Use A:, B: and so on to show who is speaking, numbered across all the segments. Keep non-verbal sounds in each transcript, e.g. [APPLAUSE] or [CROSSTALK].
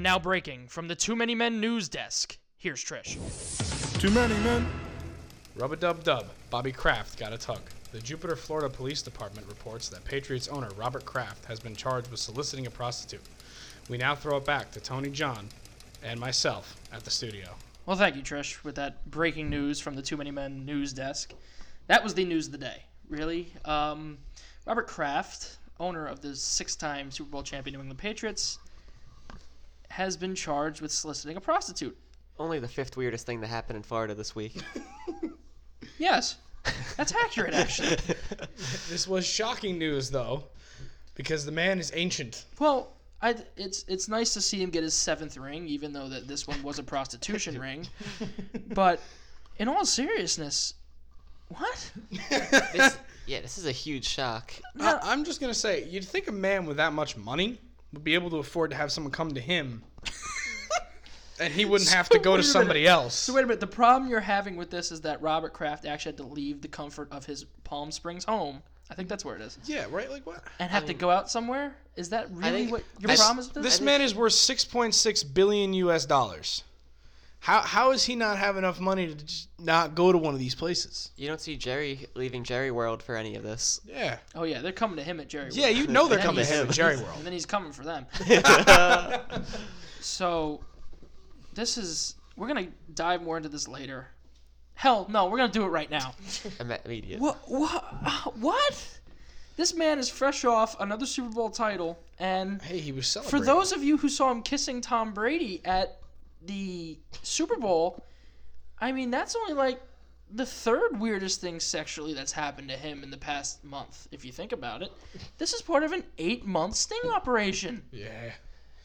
A: Now breaking from the Too Many Men news desk. Here's Trish.
B: Too many men.
C: Rub a dub dub. Bobby Kraft got a tug. The Jupiter, Florida Police Department reports that Patriots owner Robert Kraft has been charged with soliciting a prostitute. We now throw it back to Tony John and myself at the studio.
A: Well, thank you, Trish, with that breaking news from the Too Many Men news desk. That was the news of the day, really. Um, Robert Kraft, owner of the six time Super Bowl champion New England Patriots, has been charged with soliciting a prostitute.
D: Only the fifth weirdest thing that happened in Florida this week.
A: Yes, that's accurate, [LAUGHS] actually.
C: This was shocking news, though, because the man is ancient.
A: Well, I, it's it's nice to see him get his seventh ring, even though that this one was a [LAUGHS] prostitution ring. But in all seriousness, what?
C: [LAUGHS]
D: This- [LAUGHS] yeah, this is a huge shock.
C: I, I'm just gonna say, you'd think a man with that much money would be able to afford to have someone come to
A: [LAUGHS]
C: him, and he wouldn't have to go
A: wait a
C: to
A: minute.
C: somebody else.
A: So wait a minute. The problem you're having with this is that Robert Kraft actually had to leave the comfort of his Palm Springs home. I think that's where it is,
C: yeah, right. Like what?
A: and have to go out somewhere. Is that really
D: think-
A: what your
D: I-
A: problem is with this?
C: This man is worth 6.6 billion U.S. dollars. How how does he not have enough money to just not go to one of these places?
D: You don't see Jerry leaving Jerry World for any of [LAUGHS] this.
C: Yeah.
A: oh yeah, they're coming to him at Jerry.
C: Yeah, you know they're
A: And
C: coming to
A: he's-
C: him at
A: [LAUGHS]
C: Jerry World.
A: and then he's coming for them. so, this is we're gonna dive more into this later. Hell, no, we're gonna do it right now.
D: Imme- Immediate.
A: What?
C: uh,
A: What? What? This man is fresh off another Super Bowl title, and
C: Hey, he was
A: for
C: celebrating.
A: those of you who saw him kissing Tom Brady at the Super Bowl, I mean that's only like the third weirdest thing sexually that's happened to him in the past month, if you think about it. This is part of an eight-month sting operation.
C: Yeah.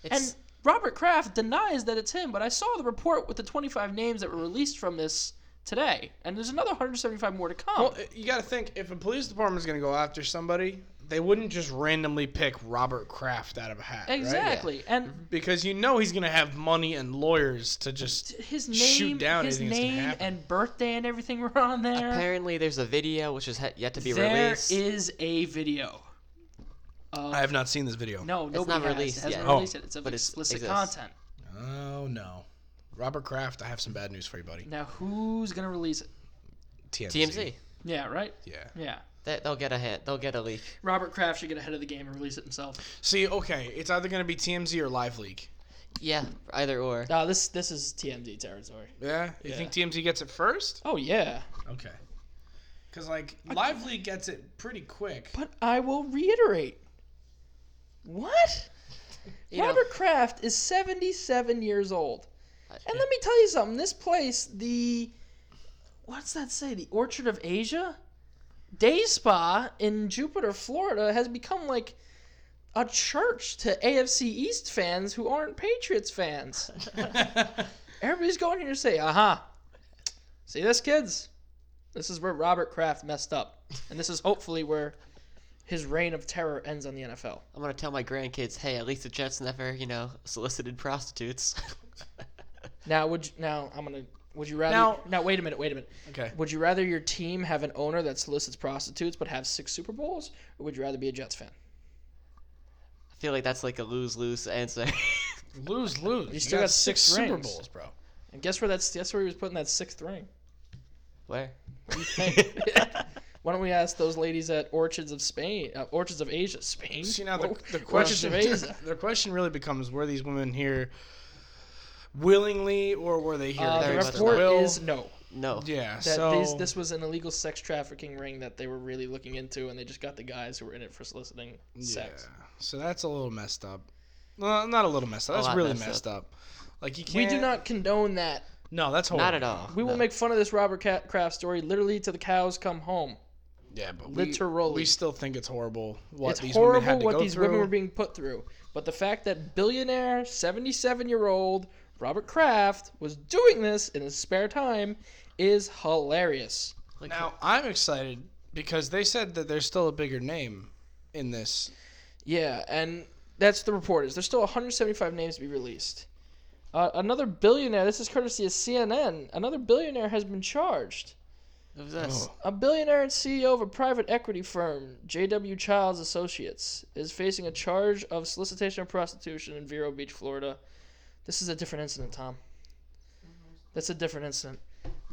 A: And Robert Kraft denies that it's him, but I saw the report with the 25 names that were released from this today, and there's another 175 more to come.
C: Well, uh, you got to think if a police department's going to go after somebody, they wouldn't just randomly pick Robert Kraft out of a hat. right?
A: exactly. And
C: Because you know he's going to have money and lawyers to just.
A: his name,
C: Mm-hmm. Shoot down
A: his
C: anything that's gonna
A: name
C: happen.
A: and birthday and everything were on
D: uh,
A: there.
D: Apparently, there's a video which is ha- yet to be
A: There
D: released.
A: is a video.
C: I have not seen this video.
A: No, nobody
D: not
A: has.
D: released
A: it hasn't
D: yet.
A: been released yet. It's of
D: but it's-
A: explicit
D: exists.
A: content.
C: Oh no. Robert Kraft, I have some bad news for you, buddy.
A: Now, who's gonna release it?
C: TMZ.
D: TMZ.
A: Yeah, right.
C: Yeah.
A: Yeah.
D: They, they'll get a hit. They'll get a leak.
A: Robert Kraft should get ahead of the game and release it himself.
C: See, okay, it's either going to be TMZ or Live Leak.
D: Yeah, either or.
A: No, this this is TMD territory.
C: Yeah. You think TMZ gets it first?
A: Oh yeah.
C: Okay. Because like Live Leak gets it pretty quick.
A: But I will reiterate. What?
D: You know,
A: Robert Kraft is 77 years old. And let me tell you something. This place, the what's that say? The Orchard of Asia Day Spa in Jupiter, Florida has become like a church to AFC East fans who aren't Patriots fans.
C: [LAUGHS]
A: Everybody's going here to say, "Aha. See this kids? This is where Robert Kraft messed up." And this is hopefully where his reign of terror ends on the NFL.
D: I'm gonna tell my grandkids, hey, at least the Jets never, you know, solicited prostitutes. [LAUGHS]
A: Now, would you, now I'm gonna. Would you rather? Now,
C: Now-
A: wait a minute. Wait a minute.
C: Okay.
A: Would you rather your team have an owner that solicits prostitutes but have six Super Bowls, or would you rather be a Jets fan?
D: I feel like that's like a lose lose answer. [LAUGHS]
C: Lose, lose. You
A: still got six
C: Super
A: rings.
C: Bowls, bro.
A: And guess where that's guess where he was putting that sixth ring.
D: Where?
C: [LAUGHS]
A: Why don't we ask those ladies at Orchards of Spain, uh, Orchards of Asia, Spain?
C: See now the,
A: Or-
C: the
A: Orchards
C: question
A: of Asia.
C: [LAUGHS] the question really becomes were these women here willingly or were they here
A: Uh, the
D: Very much
C: against their
A: report
C: will?
A: is no.
D: [LAUGHS] No.
C: yeah.
A: That
C: so
A: these, this was an illegal sex trafficking ring that they were really looking into, and they just got the guys who were in it for soliciting sex.
C: Yeah. So that's a little messed up. Well, not a little messed up. That's
D: lot
C: really
D: messed
C: messed,
D: up.
C: up. Like you
A: We
C: can't.
A: do not condone that
C: No, that's horrible.
D: Not at all.
A: We will
D: No.
A: make fun of this Robert Ca- Kraft story literally to the cows come home.
C: Yeah, but we,
A: Literally.
C: we still think it's horrible what
A: it's
C: these women
A: horrible
C: had to
A: what
C: go
A: these
C: through.
A: women were being put through. But the fact that billionaire, 77 year old Robert Kraft was doing this in his spare time is hilarious.
D: Like,
C: Now I'm excited because they said that there's still a bigger name in this.
A: Yeah, and that's the report is there's still 175 names to be released. Uh, another billionaire, this is courtesy of CNN, another billionaire has been charged.
D: Who's this?
C: Oh.
A: A billionaire and CEO of a private equity firm, J.W. Childs Associates, is facing a charge of solicitation of prostitution in Vero Beach, Florida. This is a different incident, Tom. That's a different incident.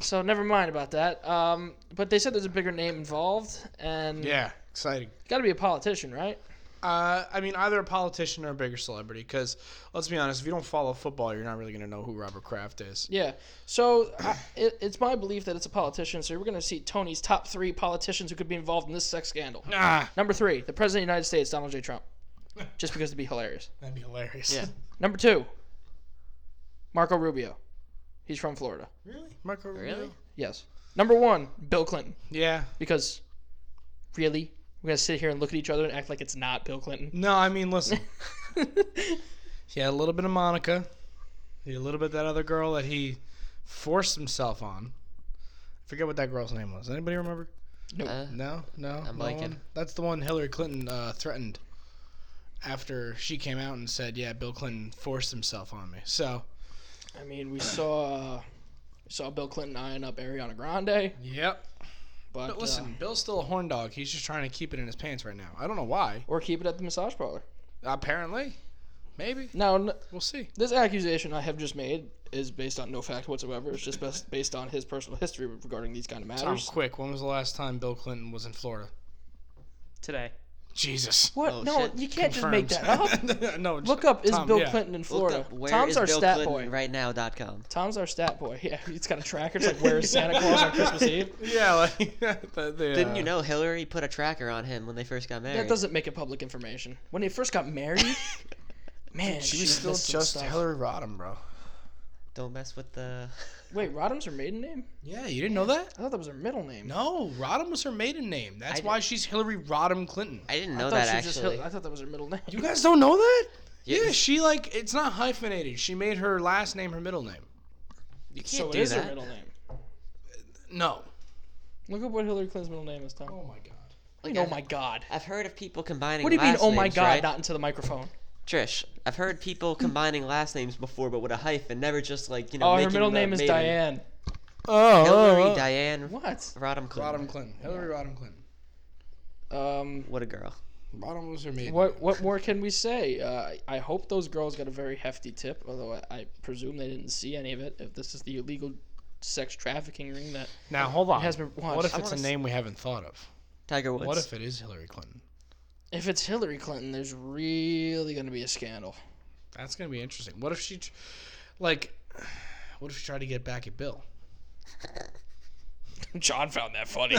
A: So never mind about that. Um, but they said there's a bigger name involved, and
C: Yeah, exciting.
A: got to be a politician, right?
C: Uh, I mean, either a politician or a bigger celebrity. Because let's be honest, if you don't follow football, you're not really going to know who Robert Kraft is.
A: Yeah. So I, it, it's my belief that it's a politician. So we're going to see Tony's top three politicians who could be involved in this sex scandal.
C: Ah,
A: Number three, the president of the United States, Donald J. Trump, just because it'd be hilarious.
C: that'd be hilarious.
D: Yeah.
A: Number two, Marco Rubio. He's from Florida.
C: [LAUGHS] really, Marco Rubio?
D: Really?
A: Yes. Number one, Bill Clinton.
C: Yeah.
A: Because, really? We're going to sit here and look at each other and act like it's not Bill Clinton? [LAUGHS]
C: No, I mean, listen. he had a little bit of Monica. He had a little bit of that other girl that he forced himself on. I forget what that girl's name was. Anybody remember?
D: Uh,
C: No, no.
D: I'm
C: no
D: blanking.
C: one? That's the one Hillary Clinton uh, threatened after she came out and said, "Yeah, Bill Clinton forced himself on me." So,
A: I mean, we saw. we Saw Bill Clinton eyeing up Ariana Grande,
C: yep.
A: but,
C: But
A: uh,
C: listen, Bill's still a horn dog. He's just trying to keep it in his pants right now. I don't know why.
A: or keep it at the massage parlor.
C: Apparently, maybe
A: Now, n-
C: we'll see.
A: this accusation I have just made is based on no fact whatsoever. It's just best based on his personal history regarding these kind of
C: Tom,
A: matters.
C: quick. When was the last time Bill Clinton was in Florida?
E: today.
A: [LAUGHS]
C: Jesus.
A: What?
D: Oh,
A: no,
D: shit.
A: you can't just make that up.
D: [LAUGHS]
C: that up. [LAUGHS] no,
A: Look up is
C: Tom,
A: Bill
C: yeah.
A: Clinton in
D: Look
A: Florida.
D: up where
A: Tom's
D: is
A: our
D: Bill
A: stat
D: Clinton
A: boy.
D: right now dot com.
A: Tom's our stat boy. Yeah, he's got a tracker. It's like where is
D: [LAUGHS]
A: Santa Claus on Christmas Eve?
C: Yeah, like [LAUGHS] the, the,
D: Didn't
C: uh,
D: you know Hillary put a tracker on him when they first got married?
A: That doesn't make it public information. When they first got
D: [LAUGHS]
A: married, man,
C: She was still just
A: stuff.
C: Hillary Rodham, bro.
D: Don't mess with the.
A: Wait, Rodham's her maiden name?
C: Yeah, you didn't know that?
A: I thought that was her middle name.
C: No, Rodham was her maiden name. That's
D: I
C: why she's Hillary Rodham Clinton.
D: I didn't
A: I
D: know
A: thought
D: that
A: she was just Hil-
D: actually.
A: I thought that was her middle name.
C: You guys don't know that?
D: Yeah.
C: Yeah, she like it's not hyphenated. She made her last name her middle name.
D: You can't
A: so it
D: do
A: is her
D: that.
A: middle name.
C: No.
A: Look up what Hillary Clinton's middle name is, Tom.
C: Oh my god.
A: Like,
D: Like,
A: oh my god.
D: I've heard of people combining.
A: What do you mean,
D: last
A: oh my
D: names,
A: god,
D: right?
A: not into the microphone?
D: Trish, I've heard people combining last names before, but with a hyphen, never just like you know.
A: Oh, her
D: making
A: middle
D: the
A: name is
D: maiden-
A: Diane.
C: Oh.
D: Hillary Diane
A: What?
D: Rodham Clinton.
C: Rodham Clinton. Hillary Rodham Clinton.
A: Um,
D: What a girl.
C: Rodham was her maiden.
A: What what more can we say? Uh, I hope those girls got a very hefty tip, although I, I presume they didn't see any of it. If this is the illegal sex trafficking ring that
C: Now hold on.
A: has been watched,
C: What if
A: I
C: it's a
A: wanna
C: name we haven't thought of?
D: Tiger Woods.
C: What if it is Hillary Clinton?
A: if it's Hillary Clinton, there's really going to be a scandal.
C: That's gonna be interesting. What if she, tr- like, what if she tried to get back at Bill?
A: [LAUGHS] John found that [LAUGHS] funny.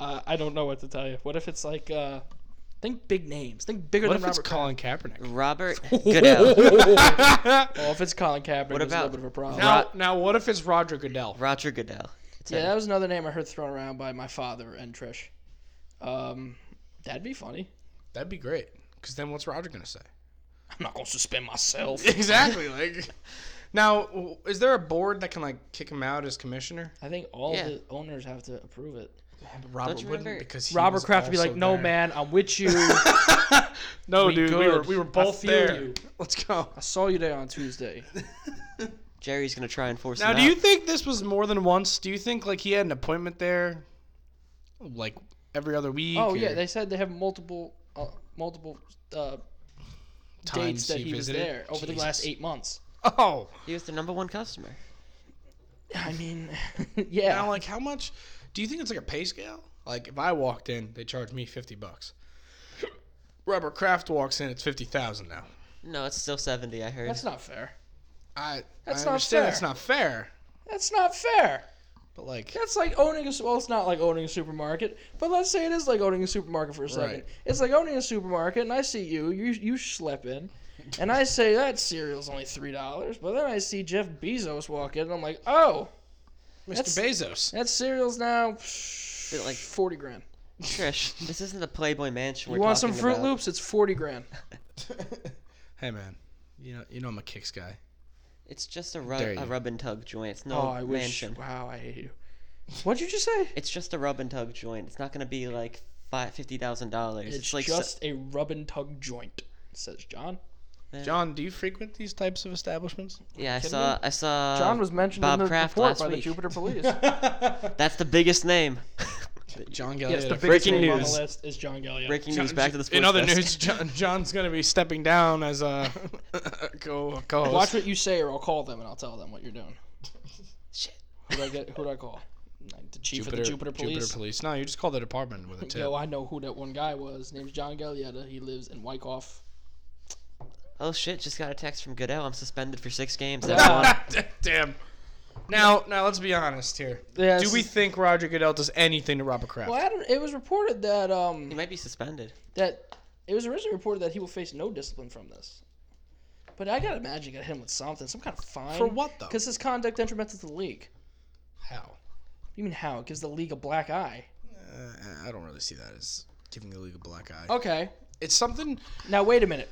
A: uh, I don't know what to tell you. What if it's like uh, think big names, think bigger
C: What
A: than
C: if it's
A: Robert.
C: Colin [LAUGHS] Kaepernick?
D: Robert Goodell.
C: Oh.
A: Well, if it's Colin Kaepernick, what a
D: about-
A: little bit of a
C: [LAUGHS]
A: problem.
C: now, now, what if it's Roger Goodell?
D: Roger Goodell. It's
A: yeah,
D: a-
A: that was another name I heard thrown around by my father and Trish. Um, that'd be funny.
C: That'd be great. Because then what's Roger gonna say?
A: I'm not gonna suspend
C: [LAUGHS]
A: myself. [LAUGHS]
C: Exactly. like, [LAUGHS] now, w- is there a board that can like kick him out as commissioner?
A: I think all
D: Yeah.
A: the owners have to approve it.
C: Robert
D: you
C: wouldn't
D: remember-
C: because he
A: Robert
C: was
A: Kraft would be
C: also
A: like, "No,
C: there."
A: man, I'm with [LAUGHS] you. I
C: No,
A: We
C: dude, we
A: good.
C: were we were
A: I
C: both
A: feel
C: there.
A: you."
C: [LAUGHS] Let's go."
A: saw you there on Tuesday."
D: Jerry's gonna try and force
C: Now,
D: him
C: do
D: out.
C: you think this was more than once? Do you think like he had an appointment there, like every other week?
A: Oh yeah,
C: or
A: they said they have multiple, uh, multiple uh, dates
C: times
A: that he, was
C: visited?
A: there over the
C: Jesus.
A: last eight [LAUGHS] months.
C: Oh.
D: He was the number one customer.
A: I mean, [LAUGHS]
C: Now,
A: yeah.
C: like, how much? Do you think it's like a pay scale? Like, if I walked in, they charge me fifty bucks. [LAUGHS] Robert Kraft walks in, it's fifty thousand now.
D: No, it's still seventy. I heard.
A: That's not fair.
C: I
A: That's
C: I
A: not
C: understand
A: fair.
C: that's not fair,
A: That's not fair.
C: but like,
A: That's like owning a s- well, it's not like owning a supermarket, but let's say it is like owning a supermarket for a second.
C: Right.
A: It's like owning a supermarket, and I see you, you you schlep in, and I say that cereal's only three dollars, but then I see Jeff Bezos walk in, and I'm like, oh,
C: Mr.
A: [LAUGHS]
C: Bezos.
A: that cereal's now
D: But,
A: like
D: like-
A: forty grand.
D: Trish, this isn't the Playboy Mansion. We're
A: You want some
D: talking
A: Fruit
D: about.
A: Loops? It's forty grand.
C: hey man, you know you know I'm a kicks guy.
D: It's just a
C: dare
D: rub,
C: you.
D: a rub and tug joint. It's no
A: Oh, I wish.
D: mansion.
A: Wow, I hate you. What'd you just say?
D: It's just a rub and tug joint. It's not gonna be like fi- fifty thousand dollars.
A: It's,
D: It's like so-
A: just a rub and tug joint, says John.
C: John, do you frequent these types of establishments?
D: yeah. I saw. I saw.
A: John was mentioned
D: Uh, Bob
A: in the
D: Kraft
A: [LAUGHS] report
D: last
A: by the
D: week.
A: Jupiter Police.
D: That's the biggest name.
C: John Galliano.
F: Yes, the biggest
D: Breaking
F: name on
D: news.
F: the list is John Galliano.
D: Breaking
C: John-
D: news back to the sports.
C: In other
D: desk. [LAUGHS]
C: news, John, John's going to be stepping down as a [LAUGHS] co co
A: Watch
C: host.
A: what you say, or I'll call them and I'll tell them what you're doing. Shit. Who do I get? Who do I call? Like the chief of the Jupiter Police.
C: No, you just call the department with a tip.
A: Yo, I know who that one guy was. His name's John Gallietta. He lives in Wyckoff.
D: Oh shit! Just got a text from Goodell. I'm suspended for six games. Everyone-
C: [LAUGHS] Damn. Now, now let's be honest here.
A: Yeah,
C: Do we think Roger Goodell does anything to Robert Kraft?
A: Well, I don't- it was reported that
D: [LAUGHS]
A: um
D: he might be suspended.
A: that it was originally reported that he will face no discipline from this. But I gotta imagine he got hit him with something, some kind of fine.
C: For what, though?
A: Because his conduct detrimental to the league.
C: How?
A: You mean how? It gives the league a black eye.
C: Uh, I don't really see that as giving the league a black eye.
A: Okay.
C: It's something.
A: Now wait a minute.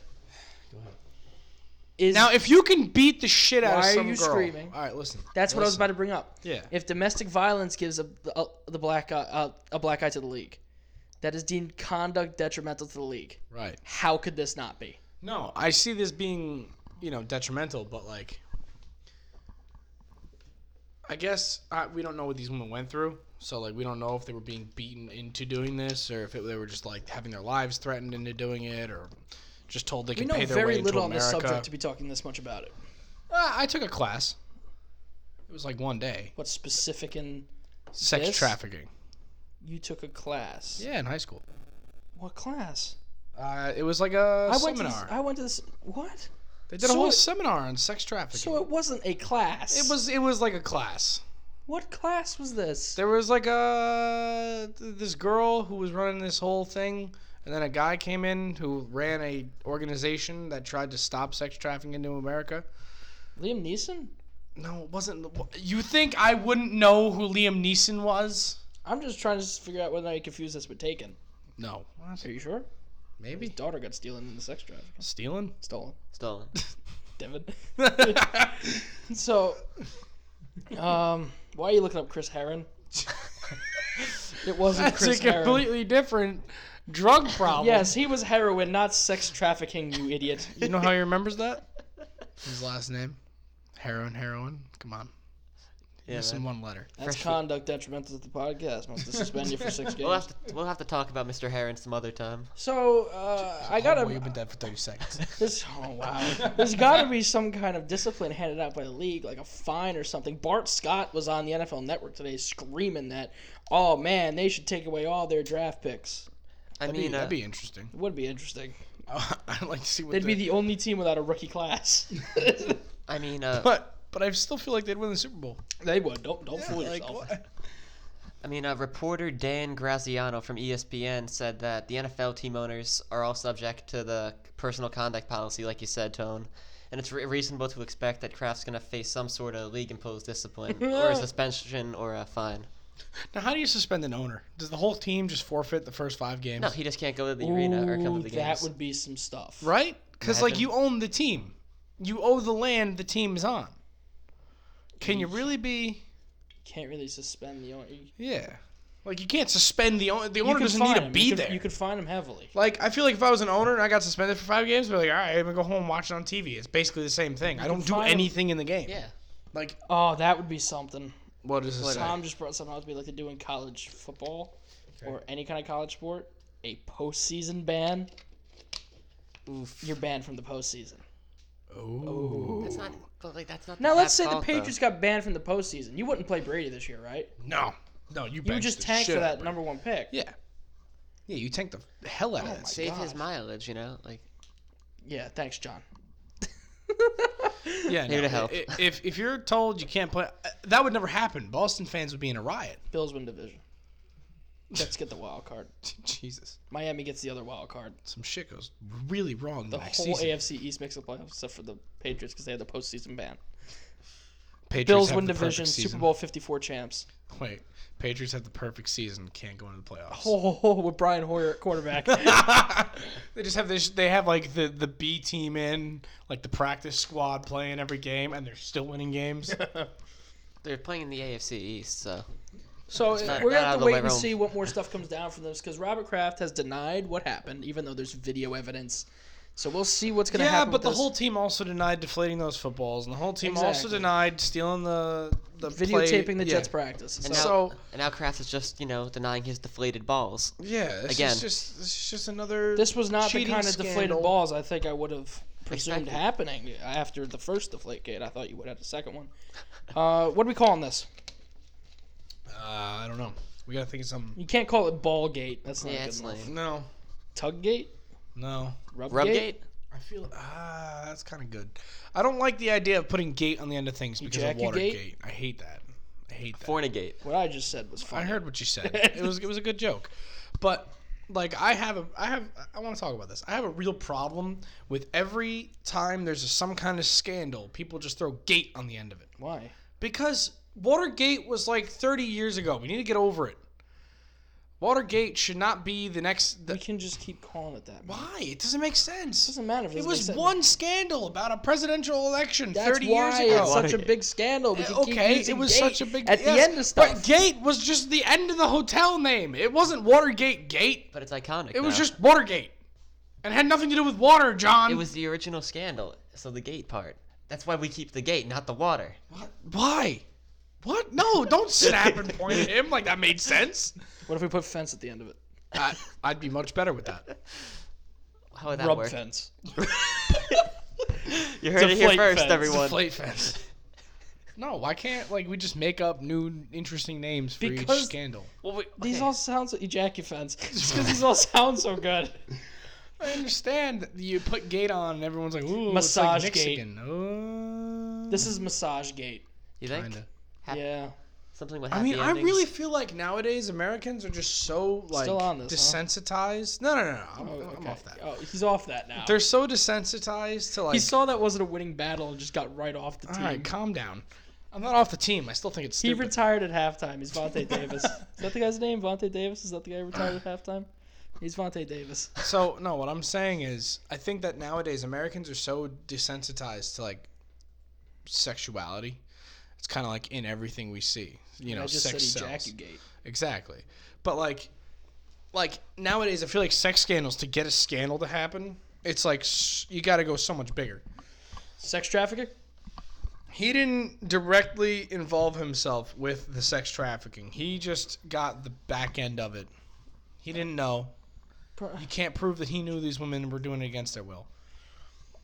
A: Is
C: Now, if you can beat the shit out of
A: Why are
C: some
A: you
C: girl-
A: screaming?
C: All right, listen.
A: that's what I was about to bring up.
C: Yeah.
A: If domestic violence gives a, a the black eye, uh, a black eye to the league, that is deemed conduct detrimental to the league.
C: Right.
A: How could this not be?
C: No, I see this being, you know, detrimental, but like, I guess I, we don't know what these women went through, so like, we don't know if they were being beaten into doing this, or if it, they were just like having their lives threatened into doing it, or just told they
A: We
C: can
A: know
C: pay their way
A: very
C: into
A: little on
C: America.
A: this subject to be talking this much about it.
C: Uh, I took a class. It was like one day.
A: What's specific in
C: Sex
A: This?
C: trafficking.
A: you took a class?
C: Yeah, in high school.
A: What class?
C: Uh, it was like a
A: I went
C: seminar.
A: to this, I went to this what?
C: they did a
A: so
C: whole
A: it-
C: seminar on sex trafficking.
A: So it wasn't a class.
C: it was it was like a class.
A: What class was this?
C: There was like a th- this girl who was running this whole thing, and then a guy came in who ran a organization that tried to stop sex trafficking into America.
A: Liam Neeson?
C: No, it wasn't. You think I wouldn't know who Liam Neeson was?
A: I'm just trying to figure out whether I confuse this with Taken.
C: No.
A: Are you sure? His
C: Maybe
A: daughter got stolen in the sex trafficking.
C: stealing. [LAUGHS]
A: Stolen.
D: Stolen.
A: Devin.
C: Why
A: So, um, why are you looking up Chris Heron? It wasn't
C: That's
A: Chris
C: a
A: Heron.
C: completely different drug problem.
A: Yes, he was heroin, not sex trafficking,
C: [LAUGHS]
A: you idiot.
C: You know how he remembers that? [LAUGHS] His last name, heroin, heroin. Come on,
D: Yeah.
C: missing
D: man.
C: one letter.
A: That's
D: Fresh-
A: conduct detrimental to the podcast. Must suspend you
C: [LAUGHS]
A: for six
D: We'll
A: games.
D: have to we'll have to talk about Mr. Heron some other time.
A: So, uh, I gotta.
C: Oh, well, you've been dead for thirty
A: [LAUGHS]
C: seconds.
A: This, oh wow! There's got to be some kind of discipline handed out by the league, like a fine or something. Bart Scott was on the NFL Network today, screaming that, "Oh man, they should take away all their draft picks."
D: I
C: That'd,
D: mean,
C: be, that'd
D: uh,
C: be interesting. [LAUGHS]
A: It would be interesting.
C: I'd like to see what
A: They'd be the only team without a rookie class.
C: [LAUGHS]
A: [LAUGHS]
D: I mean, uh,
C: but but I still feel like they'd win the Super Bowl.
A: they would. Don't don't fool
C: Like,
A: yourself.
C: what?
D: I mean, uh, reporter Dan Graziano from E ESPN said that the NFL team owners are all subject to the personal conduct policy, like you said, Tone. And it's re- reasonable to expect that Kraft's going to face some sort of league imposed
A: [LAUGHS]
D: discipline, or a suspension, or a fine.
C: Now, how do you suspend an owner? Does the whole team just forfeit the first five games?
D: No, he just can't go to the arena or come
A: Ooh,
D: to the
A: that
D: games.
A: would be some stuff.
C: Right? Because like
D: Imagine.
C: you own the team, you owe the land the team is on. Can you really be?
A: Can't really suspend the owner. You,
C: Yeah. Like you can't suspend the owner. The
A: you
C: owner
A: could
C: doesn't need
A: fine
C: to
A: him.
C: be
A: you could,
C: there.
A: You could fine him heavily.
C: Like I feel like if I was an owner and I got suspended for five games, I'd be like, all right, I'm gonna go home and watch it on TV. It's basically the same thing. I don't do
A: fire him.
C: anything in the game.
D: Yeah.
C: Like
A: Oh, that would be something.
C: what is this?
A: Tom just brought something up we like to do in college football or any kind of college sport. A postseason ban.
D: Oof.
A: You're banned from the postseason.
C: Oh
D: That's not, but, like, that's not
A: Now
D: the
A: let's
D: Kraft's
A: say the
D: fault, though.
A: Patriots got banned from the postseason. You wouldn't play Brady this year, right?
C: no, no, you.
A: You would
C: benched
A: just
C: the
A: tank
C: shit
A: for
C: out of
A: that
C: Brady.
A: number one pick.
C: Yeah. Yeah, you tanked the hell out of that.
D: Save his
A: God.
D: mileage, you know? Like,
A: Yeah, thanks, [LAUGHS] John.
C: Yeah,
D: Maybe to help.
C: i- i- If if you're told you can't play, uh, that would never happen. Boston fans would be in a riot. [LAUGHS]
A: Bills win division. Let's get the wild card.
C: Jesus,
A: Miami gets the other wild card.
C: some shit goes really wrong
A: The
C: next
A: whole
C: season.
A: AFC East makes the playoffs except for the Patriots because they had the postseason ban.
C: Patriots
A: Bills
C: have
A: win
C: the perfect
A: division, Super
C: season.
A: Bowl 54 champs. [LAUGHS]
C: Wait, Patriots have the perfect season, can't go into the playoffs.
A: Oh, with Brian Hoyer at quarterback.
C: [LAUGHS] they just have this. They have like the the B team in, like the practice squad playing every game, and they're still winning
A: [LAUGHS]
C: games.
D: they're playing in the AFC East, so.
A: So uh,
D: not-
A: we're gonna
D: not out of
A: have to
D: the
A: wait
D: way
A: and
D: realm.
C: [LAUGHS]
A: see what more stuff comes down from this because Robert Kraft has denied what happened, even though there's video evidence So we'll see what's going to
C: Yeah,
A: happen.
C: but
A: with
C: the
A: this.
C: whole team also denied deflating those footballs, and the whole team also
A: Exactly.
C: denied stealing the the play-
A: videotaping the
C: yeah.
A: Jets practice.
D: And now,
A: so
C: So-
D: and now Kraft is just you know denying his deflated balls.
C: Yeah, this
D: Again.
C: is just this is just another.
A: this was not the
C: cheating
A: kind of
C: scandal.
A: deflated balls I think I would have presumed
D: Exactly.
A: happening after the first deflate gate. I thought you would have the second one. Uh, what are we calling this?
C: Uh, I don't know. We gotta think of something.
A: You can't call it ball gate. That's not
D: Yeah,
A: good
D: it's
A: enough.
D: lame.
C: No,
A: Tug gate?
C: no.
A: Rub,
D: Rubgate.
A: gate?
C: I feel ah, that's kind of good. I don't like the idea of putting gate on the end of things because of
A: Ejaculate?
C: Watergate. I hate that. I hate that.
D: Fornegate.
A: What I just said was
C: I
A: funny.
C: heard what you
A: [LAUGHS]
C: said. it was it was a good joke, but like I have a I have I want to talk about this. I have a real problem with every time there's some kind of scandal, people just throw gate on the end of it
A: Why?
C: because Watergate was like 30 years ago. We need to get over it. Watergate should not be the next.
A: We
C: The,
A: can just keep calling it that. It
C: why? It doesn't make sense.
A: doesn't matter if
C: It
A: it's
C: was one scandal about a presidential election
A: That's
C: 30 years
A: why
C: ago.
A: it's such a
D: Watergate.
A: big scandal. We can keep
C: Uh, okay, it
A: using
C: was
A: gate
C: such a big
A: at the
C: yes,
A: end of stuff.
C: But Gate was just the end of the hotel name. It wasn't Watergate Gate.
D: But it's iconic.
C: It was
D: now.
C: just Watergate, and had nothing to do with water, John.
D: It was the original scandal. So the gate part. That's why we keep the gate, not the water.
C: What? Why? What? No! Don't snap and point at him like that made
A: [LAUGHS]
C: sense.
A: What if we put fence at the end of it?
C: I, I'd be much better with
A: [LAUGHS]
C: that.
D: How would that
A: Rub
D: work?
A: fence.
D: You heard it here
A: Deflate
D: first,
A: fence.
D: everyone.
C: Deflate fence. No, why can't like we just make up new interesting names for each
A: Because-
C: scandal?
A: Well, wait, these
D: okay.
A: all sound so ejaculate. It's because [LAUGHS] these all sound so good.
C: I understand that you put gate on and everyone's like, ooh, it's
A: Massage
C: like
A: gate.
C: Mexican. Oh. Ooh.
A: This is massage gate.
D: You think
C: Kinda.
D: Hap-
A: Yeah,
D: something with
C: I
D: happy
C: mean, I
D: endings?
C: really feel like nowadays Americans are just so like
A: Still on this, huh?
C: desensitized. No, no, no, no. I'm,
A: Oh,
C: I'm
A: okay.
C: off that.
A: Oh, he's off that now.
C: They're so desensitized to like.
A: he saw that wasn't a winning battle and just got right off the
C: All
A: team.
C: right, calm down. I'm not off the team. I still think it's
A: he
C: stupid.
A: retired at halftime.
C: [LAUGHS]
A: He's Vontae Davis. Is that the guy's name? Vontae Davis? Is that the guy who retired at halftime? He's Vontae Davis.
C: So no, what I'm saying is, I think that nowadays Americans are so desensitized to like sexuality. It's kind of like in everything we see, you know,
A: I just
C: sex
A: said
C: sells.
A: ejaculate.
C: Exactly, but like, like nowadays, I feel like sex scandals to get a scandal to happen, it's like s- you got to go so much bigger.
A: Sex trafficking?
C: He didn't directly involve himself with the sex trafficking. He just got the back end of it. He didn't know.
A: Pro-
C: You can't prove that he knew these women were doing it against their will.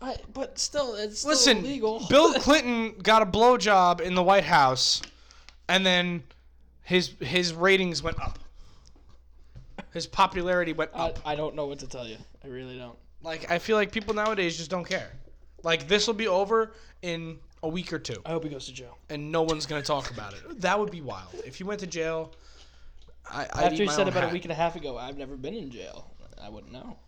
A: I, but still, it's still
C: Listen,
A: illegal. [LAUGHS]
C: Bill Clinton got a blowjob in the White House, and then his his ratings went up. His popularity went
A: I,
C: up.
A: I don't know what to tell you. I really don't.
C: like I feel like people nowadays just don't care. Like this will be over in a week or two,
A: I hope he goes to jail.
C: and no one's gonna talk about it. That would be wild. If he went to jail, I I'd eat
A: After you
C: my
A: said
C: own
A: about
C: hat.
A: a week and a half ago, I've never been in jail. I wouldn't know.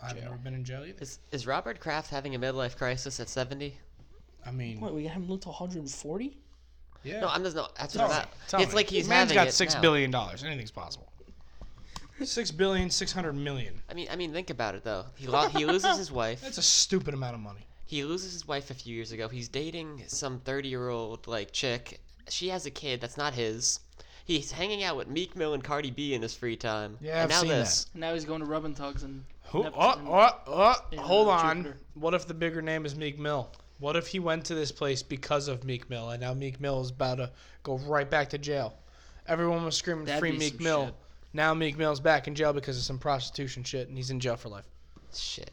C: I've never been in jail either.
D: Is, is Robert Kraft having a midlife crisis at 70?
C: I mean,
A: What, we got him live to 140?
C: yeah.
D: No, I'm just no. That's what I'm not.
C: Tell
D: It's
C: me.
D: like he's
C: The man's
D: having
C: got
D: it
C: six
D: now.
C: billion dollars. Anything's possible. Six billion, six hundred million.
D: I mean, I mean, think about it though. He lo- he loses his wife.
C: [LAUGHS] That's a stupid amount of money.
D: He loses his wife a few years ago. He's dating some 30-year-old like chick. She has a kid that's not his. He's hanging out with Meek Mill and Cardi B in his free time.
C: Yeah,
D: and
C: I've
D: now
C: seen that.
D: this.
A: Now he's going to rubbing tugs and.
C: Who, oh,
A: Neptune.
C: oh, oh,
A: Yeah,
C: hold on.
A: Jupiter.
C: What if the bigger name is Meek Mill? What if he went to this place because of Meek Mill, and now Meek Mill is about to go right back to jail? Everyone was screaming
A: That'd
C: free
A: be
C: Meek
A: some
C: Mill.
A: shit.
C: Now Meek Mill's back in jail because of some prostitution shit, and he's in jail for life.
D: Shit.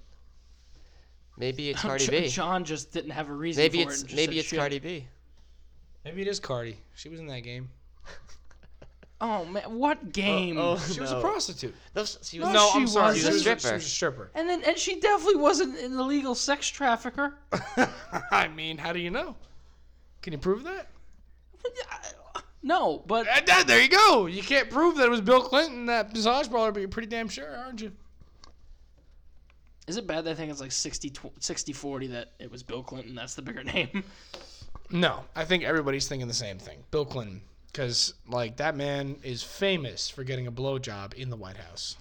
D: Maybe it's Cardi
A: Jo-
D: B.
A: John just didn't have a reason
D: Maybe
A: for it. and
D: it's
A: just
D: maybe
A: said
D: it's
A: shit.
D: Cardi B.
C: Maybe it is Cardi. She was in that game.
A: Oh, man. What game?
D: Oh,
C: [LAUGHS] She was a
D: no.
C: prostitute.
D: No, s- she was,
C: No,
A: No, she
C: I'm sorry.
A: wasn't.
C: She was a- she
D: Stripper.
C: was a stripper.
A: And then, and she definitely wasn't an illegal sex trafficker. [LAUGHS]
C: [LAUGHS] I mean, how do you know? Can you prove that?
A: No, but
C: Uh, th- There you go. You can't prove that it was Bill Clinton that massage parlor, but you're pretty damn sure, aren't you?
A: is it bad that I think it's like 60, 60 40 that it was Bill Clinton? That's the bigger [LAUGHS] name.
C: No, I think everybody's thinking the same thing. Bill Clinton, because like that man is famous for getting a blowjob in the White House.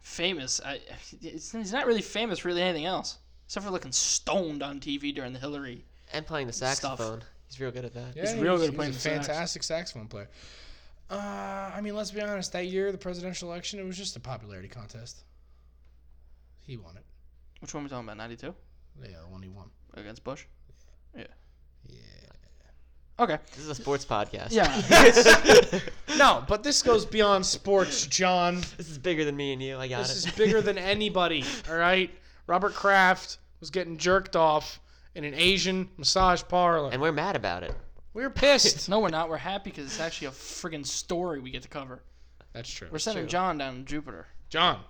A: famous. I, it's, he's not really famous for really anything else, except for looking stoned on TV during the Hillary.
D: and playing the saxophone. He's real good at that.
A: He's real good at playing
C: a
A: the sax.
C: fantastic saxophone player. Uh, I mean, let's be honest. That year, the presidential election, it was just a popularity contest. He won it.
A: Which one are we talking about? 92?
C: Yeah, the one he won.
A: Against Bush?
C: Yeah.
A: Okay.
D: This is a sports podcast.
A: [LAUGHS] Yeah.
C: No, but this goes beyond sports, John.
D: [LAUGHS] This is bigger than me and you. I got
C: This
D: it.
C: is bigger than
A: [LAUGHS]
C: anybody, all right? Robert Kraft was getting jerked off in an Asian massage parlor.
D: and we're mad about it.
C: we were pissed.
A: [LAUGHS] no, we're not. We're happy because it's actually a friggin' story we get to cover.
C: That's true.
A: We're sending John down to Jupiter.
C: John,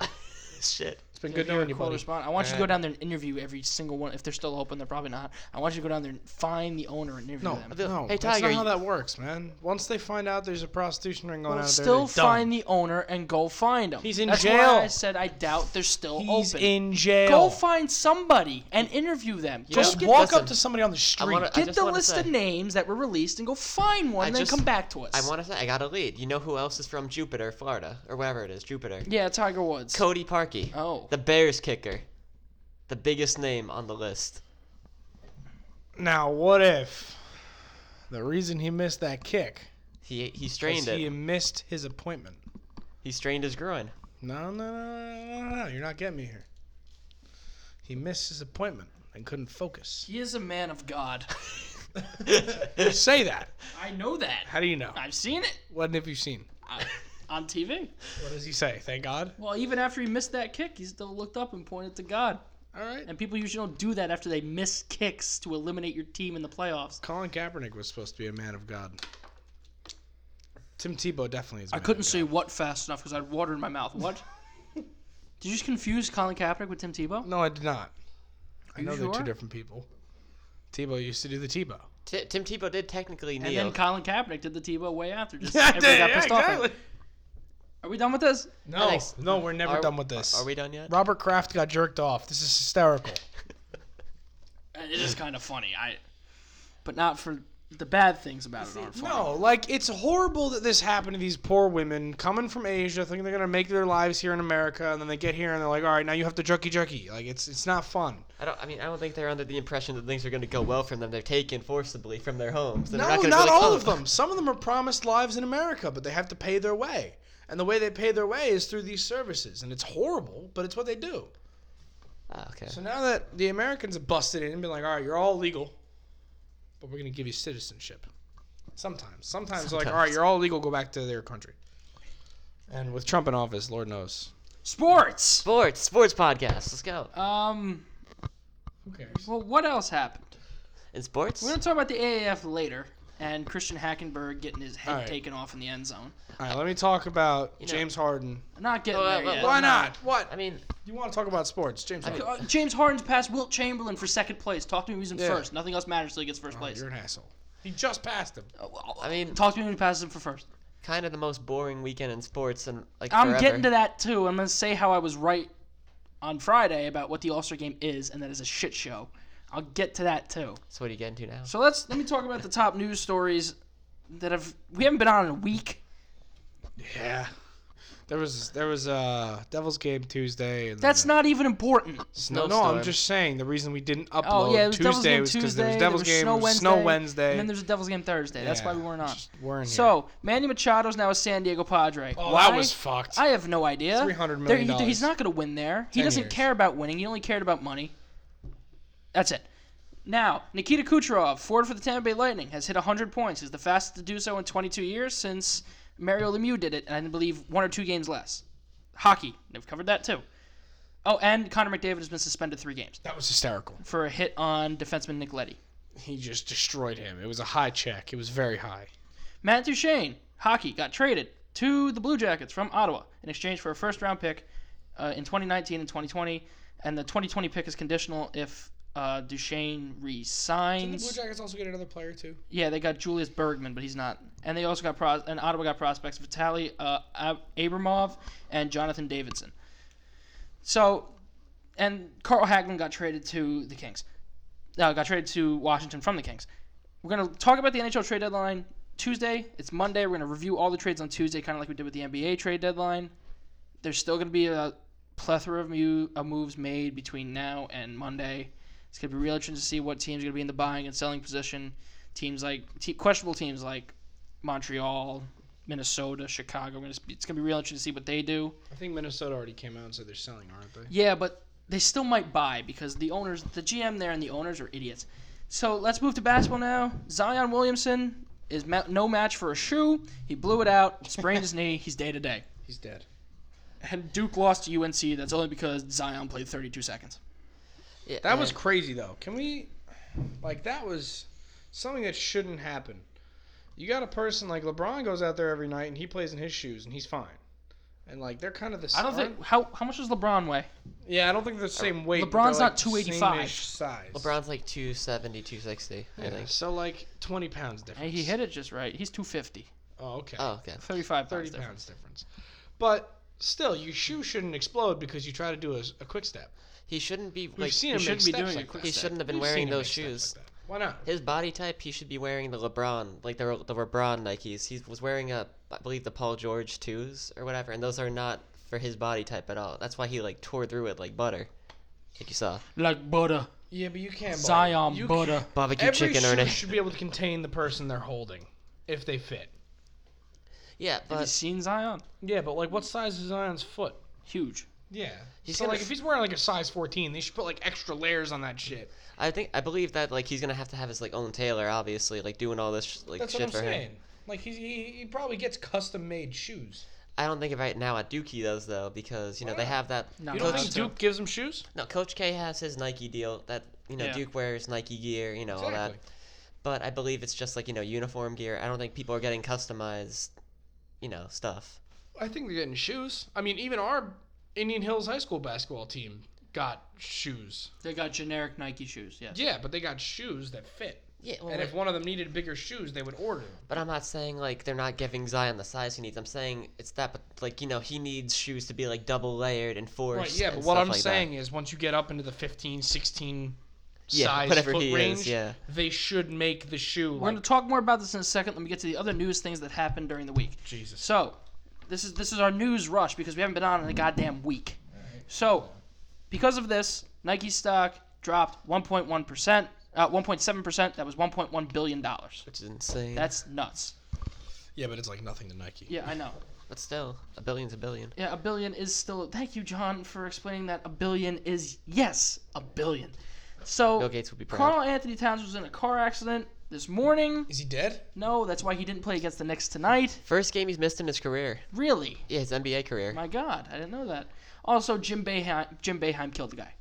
D: Shit.
C: it's been
A: If
C: good
A: you're
C: knowing
A: a
C: you,
A: cool
C: buddy.
A: respond. I want you to
C: Yeah.
A: go down there and interview every single one. If they're still open, they're probably not. I want you to go down there and find the owner and interview
C: No,
A: them.
C: no,
D: Hey,
C: that's
D: Tiger,
C: not how
D: you-
C: that works, man. Once they find out there's a prostitution ring going
A: Well,
C: on out there,
A: still
C: they're done.
A: find the owner and go find him.
C: He's in
A: That's
C: jail.
A: Why I said I doubt they're still
C: He's
A: open.
C: in jail.
A: Go find somebody and interview them.
C: Just
A: Go get,
C: walk
D: listen,
C: up to somebody on the street.
D: wanna- I
A: get
D: just
A: the
D: wanna
A: list
D: say-
A: of names that were released and go find one,
D: I
A: and then
D: just-
A: come back to us.
D: I want to say I got a lead. You know who else is from Jupiter, Florida, or wherever it is, Jupiter?
A: yeah, Tiger Woods.
D: Cody Parkey,
A: oh,
D: the Bears kicker, the biggest name on the list.
C: Now, what if the reason he missed that kick
D: He he
C: is
D: strained it.
C: he missed his appointment?
D: He strained his
A: [LAUGHS]
D: groin.
C: No, no, no, no, no, no, you're not getting me here. He missed his appointment and couldn't
A: [LAUGHS]
C: focus.
A: he is a man of God.
C: You say that.
A: I know that.
C: How do you know?
A: I've seen it
C: What have you seen?
A: I, on TV.
C: What does he say? Thank God.
A: Well, even after he missed that kick, he still looked up and pointed to God.
C: All right.
A: And people usually don't do that after they miss kicks to eliminate your team in the playoffs.
C: Colin Kaepernick was supposed to be a man of God. Tim Tebow definitely is. a
A: I
C: man
A: couldn't
C: of
A: say
C: God.
A: what fast enough because I had water in my mouth. What? Did you just confuse Colin Kaepernick with Tim Tebow?
C: No, I did not. I
A: you
C: know they're
A: sure?
C: two different people. Tebow used to do the
A: [LAUGHS]
C: Tebow.
D: T- Tim Tebow did technically
A: And
D: kneel.
A: then Colin Kaepernick did the Tebow way after.
C: [LAUGHS]
A: Just everybody got pissed off at him. Are we done with this?
C: No,
D: Alex,
C: no, we're never
D: are-
C: done with this.
D: Are we done yet?
C: Robert Kraft got jerked off. This is hysterical.
A: Uh, It is kind of funny. I, but not for the bad things about it aren't funny.
C: No, like it's horrible that this happened to these poor women coming from Asia, thinking they're gonna make their lives here in America, and then they get here and they're like, all right, now you have to jerky jerky. Like it's it's not fun.
D: I don't. I mean, I don't think they're under the impression that things are going to go well for them. They're taken forcibly from their homes. and
C: No,
D: they're
C: not,
D: gonna go to
C: all
D: college.
C: of them. Some of them are promised lives in America, but they have to pay their way. And the way they pay their way is through these services, and it's horrible, but it's what they do.
D: [LAUGHS] Ah, okay.
C: So now that the Americans have busted in and been like, all right, you're all legal, but we're gonna give you citizenship. Sometimes, sometimes, they're like, all right,
D: Sometimes.
C: you're all legal, go back to their country. And with Trump in office, Lord knows.
A: Sports.
D: Sports, sports podcast. Let's go.
A: Um.
C: Who cares?
A: Well, what else happened?
D: In sports,
A: We're gonna talk about the AAF later, and Christian Hackenberg getting his head
C: All right.
A: taken off in the end zone.
C: All right, let me talk about
D: know-
C: James Harden.
A: I'm not getting
D: Well,
A: there
D: well,
A: yet.
D: well,
C: Why not? What?
D: I mean,
C: You want to talk about sports, James Harden?
A: Uh, James Harden's passed Wilt Chamberlain for second place. Talk to me who's in
C: Yeah.
A: first. Nothing else matters till he gets first
C: Oh,
A: place. Uh,
C: you're an asshole. He just passed him.
D: I mean,
A: Talk to me who passes him for first.
D: kind of the most boring weekend in sports and like
A: I'm
D: forever.
A: getting to that too. I'm gonna say how I was right on Friday about what the All Star game is, and that is a shit show. I'll get to that too.
D: So what are you getting to now?
A: So let's let me talk about the top news stories that have we haven't been on in a week.
C: Yeah. There was there was uh Devils game Tuesday. And
A: That's not even important.
C: no, no. I'm just saying the reason we didn't upload
A: Oh yeah, it was Devils
C: Tuesday
A: game
C: was
A: Tuesday.
C: because there was
A: there
C: Devils
A: was
C: game,
A: snow
C: there was
A: Wednesday,
C: snow Wednesday.
A: and then there's a Devils game Thursday. That's why we weren't on.
C: Just weren't here.
A: So Manny Machado's now a San Diego Padre.
C: oh,
A: Why?
C: that was fucked.
A: I have no idea.
C: $300
A: There-
C: million
A: he- he's not going to win there. He
C: 10
A: doesn't
C: years.
A: care about winning. He only cared about money. That's it. Now, Nikita Kucherov, forward for the Tampa Bay Lightning, has hit 100 points. He's the fastest to do so in 22 years since Mario Lemieux did it, and I believe one or two games less. Hockey, they've covered that too. Oh, and Connor McDavid has been suspended three games
C: that was hysterical.
A: for a hit on defenseman Nick Letty.
C: He just destroyed him. It was a high check. It was very high.
A: Matt Duchene, hockey, got traded to the Blue Jackets from Ottawa in exchange for a first round pick uh, in 2019 and 2020. And the 2020 pick is conditional if uh, Duchene resigns.
C: Jackets also get another player too?
A: Yeah, they got Julius Bergman, but he's not. And they also got pros- and Ottawa got prospects Vitaly uh, Ab- Abramov and Jonathan Davidson. So, and Carl Hagelin got traded to the Kings. Uh, got traded to Washington from the Kings. We're gonna talk about the NHL trade deadline Tuesday. It's Monday. We're gonna review all the trades on Tuesday, kind of like we did with the NBA trade deadline. There's still gonna be a plethora of, mu- of moves made between now and Monday. It's gonna be real interesting to see what teams are gonna be in the buying and selling position. Teams like te- questionable teams like Montreal, Minnesota, Chicago. We're gonna- It's gonna be real interesting to see what they do.
C: I think Minnesota already came out and said they're selling, aren't they?
A: Yeah, but they still might buy because the owners, the GM there and the owners are idiots. So let's move to basketball now. Zion Williamson is ma- no match for a shoe. He blew it out, sprained his [LAUGHS] knee. He's day to day.
C: He's dead.
A: And Duke lost to UNC. That's only because Zion played 32 seconds.
D: Yeah,
C: That was
D: and-
C: crazy though. Can we like that was something that shouldn't happen. You got a person like LeBron goes out there every night and he plays in his shoes and he's fine. And like they're kind of the
A: I don't
C: aren't-
A: think how how much does LeBron weigh?
C: Yeah, I don't think they're the same weight. but
A: LeBron's
C: they're, like,
A: not 285.
C: same-ish size.
D: LeBron's like 270, 260. I
C: Yeah,
D: think.
C: so like 20 pounds difference.
A: Hey, he hit it just right. He's 250,
C: Oh, okay.
D: Oh, okay.
A: 35
C: 30
A: pounds.
C: pounds,
A: difference.
C: difference. But still, your shoe shouldn't explode because you try to do a, a quick step.
D: He shouldn't be
C: We've
D: like.
C: seen him
A: shouldn't
C: make
A: be
C: steps
A: doing a
C: like
A: quick
C: that.
D: he
A: step.
D: shouldn't have been
C: We've seen
D: wearing
C: him make
D: those
C: steps
D: shoes.
C: like that. Why not?
D: His body type, he should be wearing the LeBron, like the the LeBron Nikes. He was wearing a, I believe, the Paul George twos or whatever, and those are not for his body type at all. That's why he like tore through it like butter, like you saw.
A: Like butter.
C: Yeah, but you can't. Bobby.
A: Zion
C: You
A: butter.
C: can't-
D: Barbecue
C: Every
D: chicken,
C: shoe
D: Ernie.
C: should be able to contain the person they're holding, if they fit.
D: [LAUGHS] Yeah,
A: Have you
D: but
A: seen Zion?
C: Yeah, but like, what size is Zion's foot?
A: Huge.
C: Yeah.
D: He's
C: so
D: gonna
C: like,
D: f-
C: if he's wearing like a size 14, they should put like extra layers on that shit.
D: I think I believe that like he's gonna have to have his like own tailor, obviously, like doing all this sh- like
C: That's
D: shit
C: what I'm
D: for
C: saying.
D: him.
C: Like he's, he he probably gets custom made shoes.
D: I don't think right now at Duke he does though, because you know
C: Why
D: they
C: not?
D: have that.
A: No,
C: You
A: You
C: don't
A: don't
D: Coach-
C: think Duke gives him shoes?
D: No, Coach K has his Nike deal that you know
A: Yeah.
D: Duke wears Nike gear, you know all that.
C: Exactly.
D: But I believe it's just like you know uniform gear. I don't think people are getting customized, you know, stuff.
C: I think they're getting shoes. I mean, even our Indian Hills High School basketball team got shoes.
A: They got generic Nike shoes. Yes.
C: Yeah, but they got shoes that fit.
D: Yeah, well,
C: And
D: like-
C: if one of them needed bigger shoes, they would order them.
D: but I'm not saying like they're not giving Zion the size he needs. I'm saying it's that, but like you know, he needs shoes to be like double layered and forced.
C: Right, yeah, but
D: and
C: what
D: stuff
C: I'm
D: like that.
C: saying is, once you get up into the 15, 16
D: Yeah,
C: size
D: whatever
C: foot
D: he is,
C: range,
D: yeah.
C: they should make the shoe
A: We're
C: like
A: gonna talk more about this in a second. Let me get to the other news things that happened during the week.
C: Jesus.
A: So, this is this is our news rush because we haven't been on in a goddamn week. So, because of this, Nike stock dropped 1.1 percent, uh, 1.7 percent. That was 1.1 billion dollars.
D: which is insane.
A: That's nuts.
C: Yeah, but it's like nothing to Nike.
A: Yeah, I know.
D: but still, a billion's a billion.
A: Yeah, a billion is still. Thank you, John, for explaining that. A billion is yes, a billion. So
D: Bill Gates would be proud.
A: Carl Anthony Towns was in a car accident this morning.
C: Is he dead?
A: No, that's why he didn't play against the Knicks tonight.
D: First game he's missed in his career.
A: Really?
D: Yeah, his NBA career.
A: My God, I didn't know that. Also, Jim Beheim, Jim Boeheim killed the guy.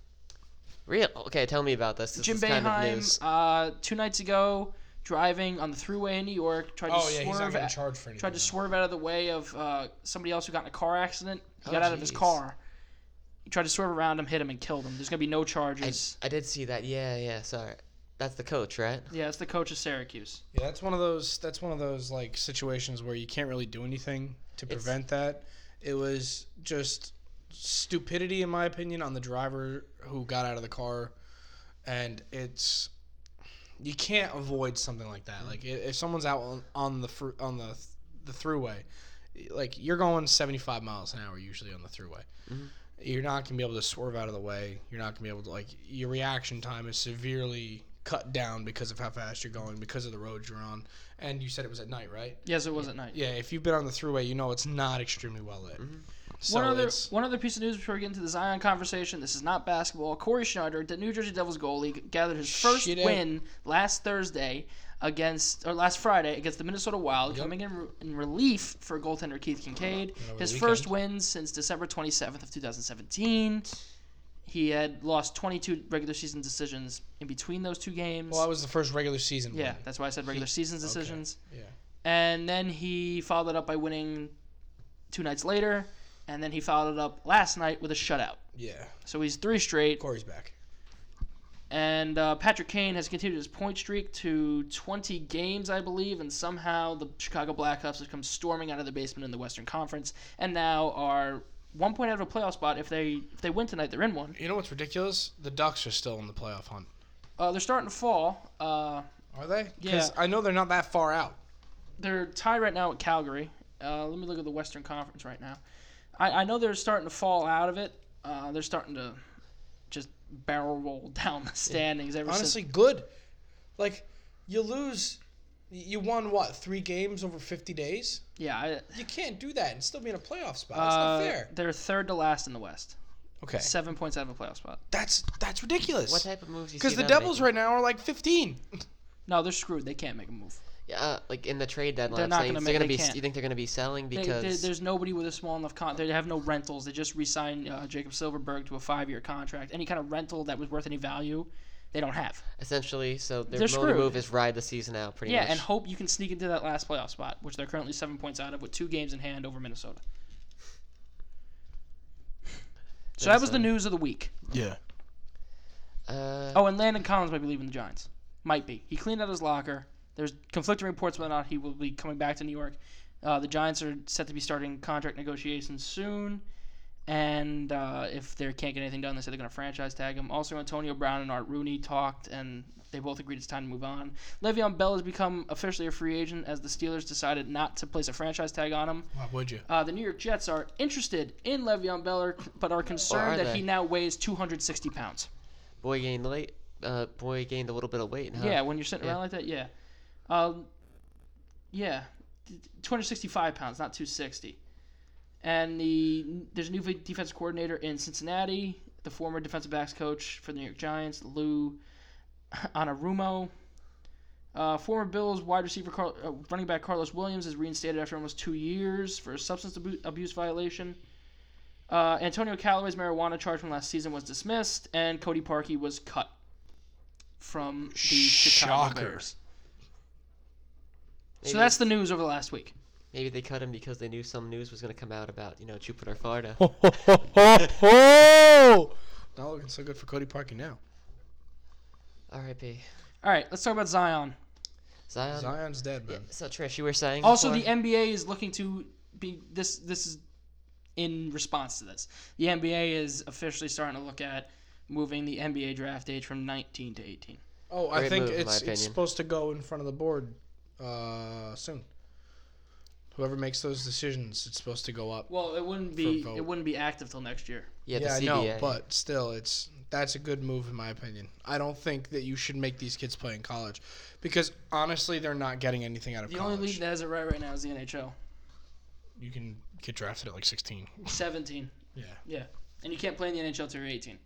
D: Real? Okay, tell me about this. this
A: Jim
D: is kind of
A: Boeheim,
D: news.
A: uh, two nights ago, driving on the thruway in New York, tried
C: Oh,
A: to
C: yeah, he's not
A: swerve.
C: getting
A: at-
C: charged for anything.
A: tried to swerve out of the way of uh, somebody else who got in a car accident. He
D: Oh,
A: got out of his
D: jeez.
A: car. He tried to swerve around him, hit him, and killed him. There's gonna be no
D: I,
A: charges.
D: I did see that. Yeah, yeah. Sorry, that's the coach, right?
A: Yeah, it's the coach of Syracuse.
C: Yeah, that's one of those. That's one of those like situations where you can't really do anything to
D: It's-
C: prevent that. It was just stupidity, in my opinion, on the driver who got out of the car, and it's you can't avoid something like that. Like i- if someone's out on, on the fr- on the the throughway, like you're going 75 miles an hour usually on the throughway. You're not gonna be able to swerve out of the way. You're not gonna be able to like your reaction time is severely cut down because of how fast you're going, because of the road you're on. And you said it was at night, right?
A: Yes, it was at night.
C: Yeah. If you've been on the throughway, you know it's not extremely well lit. So
A: one other
C: it's-
A: one other piece of news before we get into the Zion conversation. This is not basketball. Corey Schneider, the New Jersey Devils goalie, gathered his first
C: Shit out.
A: win last Thursday against or last Friday against the Minnesota Wild,
C: Yep.
A: coming in, re- in relief for goaltender Keith Kincaid.
C: over
A: His
C: the
A: first win since December 27th of 2017. He had lost 22 regular season decisions in between those two games.
C: well, that was the first regular season.
A: yeah,
C: win.
A: that's why I said regular season decisions.
C: Yeah.
A: And then he followed it up by winning two nights later. And then he followed it up last night with a shutout.
C: Yeah.
A: So he's three straight.
C: Corey's back.
A: And uh, Patrick Kane has continued his point streak to 20 games, I believe. And somehow the Chicago Blackhawks have come storming out of the basement in the Western Conference and now are one point out of a playoff spot. If they if they win tonight, they're in one.
C: You know what's ridiculous? The Ducks are still in the playoff hunt.
A: Uh, they're starting to fall. Uh,
C: Are they? 'Cause
A: Yeah.
C: I know they're not that far out.
A: they're tied right now at Calgary. Uh, let me look at the Western Conference right now. I, I know they're starting to fall out of it. Uh, they're starting to just barrel roll [LAUGHS] down the standings ever
C: honestly good. Like you lose, you won what three games over fifty days?
A: since. Yeah, I,
C: You can't do that and still be in a playoff spot. It's
A: uh,
C: not fair.
A: they're third to last in the West.
C: Okay.
A: Seven points out of a playoff spot.
C: That's that's ridiculous.
D: What type of moves?
C: Because the Devils right now are like 15.
A: No, they're screwed. They can't make a move.
D: Yeah, uh, like in the trade deadline.
A: They're
D: I'm
A: not
D: saying
A: gonna
D: they're
A: make-
D: gonna
A: they
D: be.
A: can't.
D: You think they're gonna be selling
A: They, there-
D: because
A: there's nobody with a small enough con. They have no rentals. They just re-signed uh, Jacob Silverberg to a five-year contract. Any kind of rental that was worth any value, they don't have.
D: essentially, so their
A: They're
D: only
A: screwed.
D: move is ride the season out, pretty
A: yeah,
D: much.
A: and hope you can sneak into that last playoff spot, which they're currently seven points out of, with two games in hand over Minnesota. So that was the
D: Minnesota.
A: news of the week.
C: Yeah.
D: uh,
A: Oh, and Landon Collins might be leaving the Giants. Might be. He cleaned out his locker. There's conflicting reports whether or not he will be coming back to New York. Uh, the Giants are set to be starting contract negotiations soon, and uh, if they can't get anything done, they said they're going to franchise tag him. Also, Antonio Brown and Art Rooney talked, and they both agreed it's time to move on. Le'Veon Bell has become officially a free agent as the Steelers decided not to place a franchise tag on him.
C: Why would you?
A: Uh, the New York Jets are interested in Le'Veon Bell, are- but are concerned
D: are
A: that
D: they?
A: he now weighs 260 pounds.
D: boy gained late. Uh, boy gained a little bit of weight. Huh?
A: Yeah, when you're sitting
D: Yeah.
A: around like that, yeah. Um, yeah, t- 265 pounds, not 260. And the there's a new defense coordinator in Cincinnati, the former defensive backs coach for the New York Giants, Lou Anarumo. Uh, former Bills wide receiver, Car- uh, running back Carlos Williams is reinstated after almost two years for a substance abu- abuse violation. Uh, Antonio Callaway's marijuana charge from last season was dismissed, and Cody Parkey was cut from the Chicago
C: Shocker.
A: Bears.
D: Maybe-
A: So that's the news over the last week.
D: Maybe they cut him because they knew some news was gonna come out about you know Jupiter, Florida.
A: Oh.
C: Not looking so good for Cody Parkey now.
D: R.I.P.
A: All right, let's talk about Zion.
D: Zion.
C: Zion's dead, man.
D: So Trish, you were saying
A: Also,
D: before-
A: the NBA is looking to be this. This is in response to this. The NBA is officially starting to look at moving the NBA draft age from 19 to 18.
C: Oh, I
D: Great
C: think
D: move, in my
C: it's it's
D: opinion.
C: supposed to go in front of the board uh, soon. Whoever makes those decisions, it's supposed to go up.
A: Well, it wouldn't be
C: vote.
A: it wouldn't be active till next year.
D: yeah,
C: yeah, I
D: the CBA.
C: know, but still, it's that's a good move in my opinion. I don't think that you should make these kids play in college because honestly, they're not getting anything out of
A: The
C: college.
A: only league that has it right right now is the
C: [LAUGHS]
A: NHL.
C: you can get drafted at like 16.
A: 17,
C: Yeah,
A: and you can't play in the NHL till you're 18.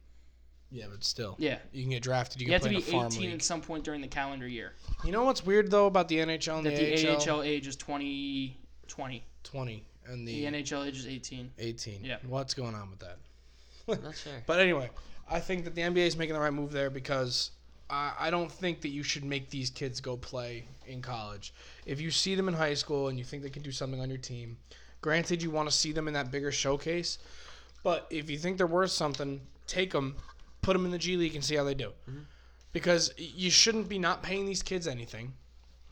C: yeah, but still,
A: Yeah,
C: you can get drafted. You,
A: you
C: can
A: have to
C: play
A: be
C: in a farm
A: 18 at
C: league.
A: some point during the calendar year.
C: You know what's weird though about the NHL and
A: That
C: the,
A: the
C: AHL?
A: AHL age is 20, 20.
C: 20 and
A: The
C: the,
A: NHL age is 18.
C: 18.
A: Yeah.
C: what's going on with that?
D: I'm not sure.
C: But anyway, I think that the NBA is making the right move there because I, I don't think that you should make these kids go play in college. If you see them in high school and you think they can do something on your team, granted, you want to see them in that bigger showcase, but if you think they're worth something, take them, put them in the G League, and see how they do. Because y- you shouldn't be not paying these kids anything.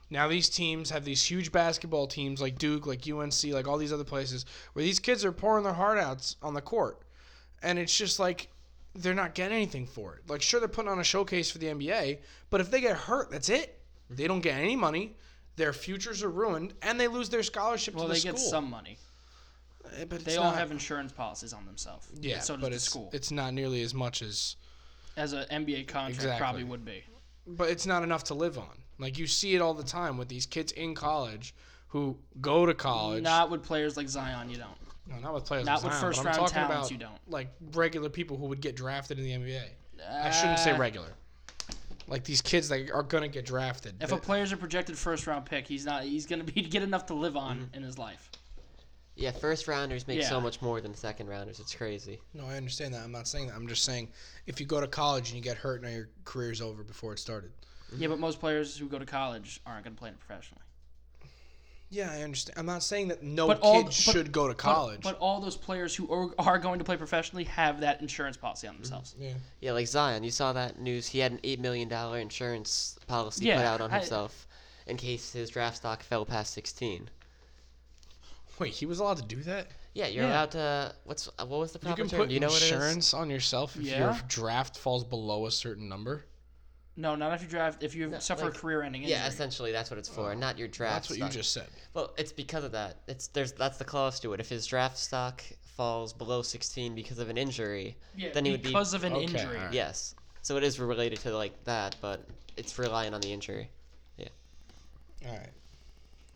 C: Now these teams have these huge basketball teams like Duke, like UNC, like all these other places where these kids are pouring their heart outs on the court and it's just like they're not getting anything for it. Like, sure, they're putting on a showcase for the NBA, but if they get hurt, that's it. They don't get any money. Their futures are ruined, and they lose their scholarship
A: Well,
C: to the
A: they
C: school.
A: get some money.
C: Eh, but
A: They
C: it's
A: all
C: not-
A: have insurance policies on themselves.
C: yeah,
A: and so does
C: but
A: the
C: it's,
A: school.
C: It's not nearly as much as,
A: As an NBA contract,
C: Exactly.
A: probably would be.
C: but it's not enough to live on. Like you see it all the time with these kids in college who go to college.
A: Not with players like Zion, you don't.
C: no, not with players.
A: Not
C: like
A: with
C: Zion, but
A: first
C: I'm
A: round
C: talking
A: talents,
C: about,
A: you don't.
C: Like regular people who would get drafted in the NBA. I shouldn't say
A: Uh,
C: regular. Like these kids that are gonna get drafted.
A: If
C: They-
A: a player's a projected first round pick, he's not. He's gonna be [LAUGHS] get enough to live on
C: Mm-hmm.
A: in his life.
D: Yeah, first rounders make
A: Yeah.
D: so much more than second rounders. It's crazy.
C: No, I understand that. I'm not saying that. I'm just saying if you go to college and you get hurt, now your career's over before it started.
A: Yeah, but most players who go to college aren't gonna play it professionally.
C: Yeah, I understand. I'm not saying that no
A: But
C: kid
A: all- but-
C: should go to
A: But-
C: college.
A: But, all those players who are, are going to play professionally have that insurance policy on themselves.
C: yeah.
D: Yeah, like Zion, you saw that news. He had an eight million dollar insurance policy put
A: Yeah,
D: out on
A: I-
D: himself in case his draft stock fell past sixteen.
C: Wait, he was allowed to do that?
D: Yeah, you're
A: Yeah.
D: allowed to. What's uh, what was the
C: You
D: proper
C: can
D: term?
C: put
D: Do you know what it is?
C: insurance on yourself if
A: Yeah.
C: your draft falls below a certain number.
A: No, not if you draft. If you suffer
D: like-
A: a career-ending injury.
D: Yeah, essentially that's what it's for. Not your draft.
C: Oh, That's what you
D: stock.
C: just said.
D: Well, it's because of that. It's there's that's the clause to it. If his draft stock falls below sixteen because of an injury,
A: Yeah,
D: then he would be
A: because of an
C: Okay,
A: injury.
C: all right.
D: yes. So it is related to like that, but it's relying on the injury.
C: All right.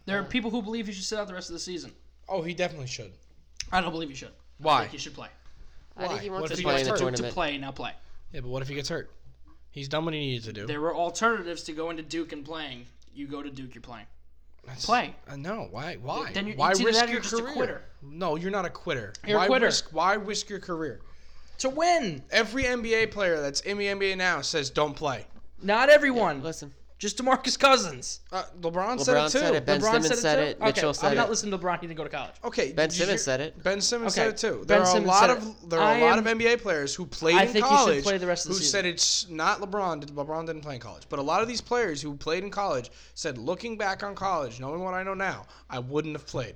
A: There are people who believe he should sit out the rest of the season.
C: Oh, he definitely should.
A: I don't believe he should. I
C: Why?
A: think he should play.
D: I think
C: Why?
D: he
C: What
D: wants
C: if
D: to
C: he
D: play in
C: gets
D: the
C: hurt?
G: to
D: tournament.
G: play, not play.
C: Yeah, but what if he gets hurt? He's done what he needed to do.
G: There were alternatives to going to Duke and playing. You go to Duke, you're playing.
C: That's-
G: play.
C: Uh, no, why? Why?
G: then you're-
C: why
G: it's either
C: risk
G: that or
C: your
G: you're just a
C: career?
G: quitter.
C: No, you're not a quitter.
G: You're a
C: why
G: quitter.
C: risk? Why risk your career?
A: To win.
C: Every NBA player that's in the NBA now says don't play.
A: Not everyone.
D: Listen,
A: Just DeMarcus Cousins.
C: Uh, LeBron, said it
D: LeBron
C: too.
D: said it. Ben
A: LeBron
D: Simmons
A: said
D: said
A: it
D: it.
A: too?
D: Mitchell
A: okay,
D: said
A: I'm not
D: it.
A: listening to LeBron. He didn't go to college.
C: Okay,
D: Ben
C: did you
D: Simmons
C: hear-
D: said it.
C: Ben Simmons
A: Okay,
C: said it too.
A: Ben
C: There are a
A: Simmons
C: lot
A: said it.
C: of there are
A: I
C: a lot of
A: am-
C: NBA players who played
A: I
C: in
A: think he should
C: college
A: play the rest of the
C: who
A: season.
C: said it's not LeBron. did- LeBron didn't play in college, but a lot of these players who played in college said, looking back on college, knowing what I know now, I wouldn't have played.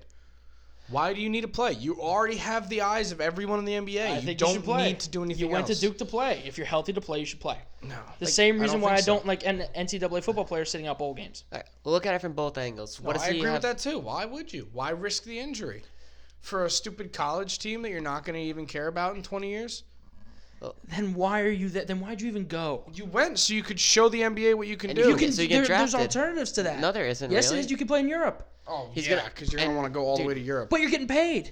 C: Why do you need to play? You already have the eyes of everyone in the NBA.
A: I
C: you
A: think
C: don't
A: should play.
C: need to do anything
A: You went
C: else.
A: to Duke to play. If you're healthy to play, you should play.
C: No.
A: The same
C: I
A: reason
C: don't
A: why I
C: think so.
A: don't like N- NCAA football players sitting out bowl games.
D: All right, look at it from both angles. What
C: No,
D: does
C: I
D: he
C: agree
D: have?
C: with that too. Why would you? Why risk the injury for a stupid college team that you're not going to even care about in 20 years?
A: Then why are you that? Then why'd you even go?
C: You went so you could show the NBA what you can
D: And
C: do.
D: you can- so get
A: there's
D: drafted.
A: alternatives to that.
D: No, there isn't,
A: Yes,
D: really.
A: it is. You can play in Europe,
C: oh
D: He's
C: yeah,
D: gonna-
C: because you're going to
D: and-
C: want to go all the
D: dude.
C: way to Europe.
A: but you're getting paid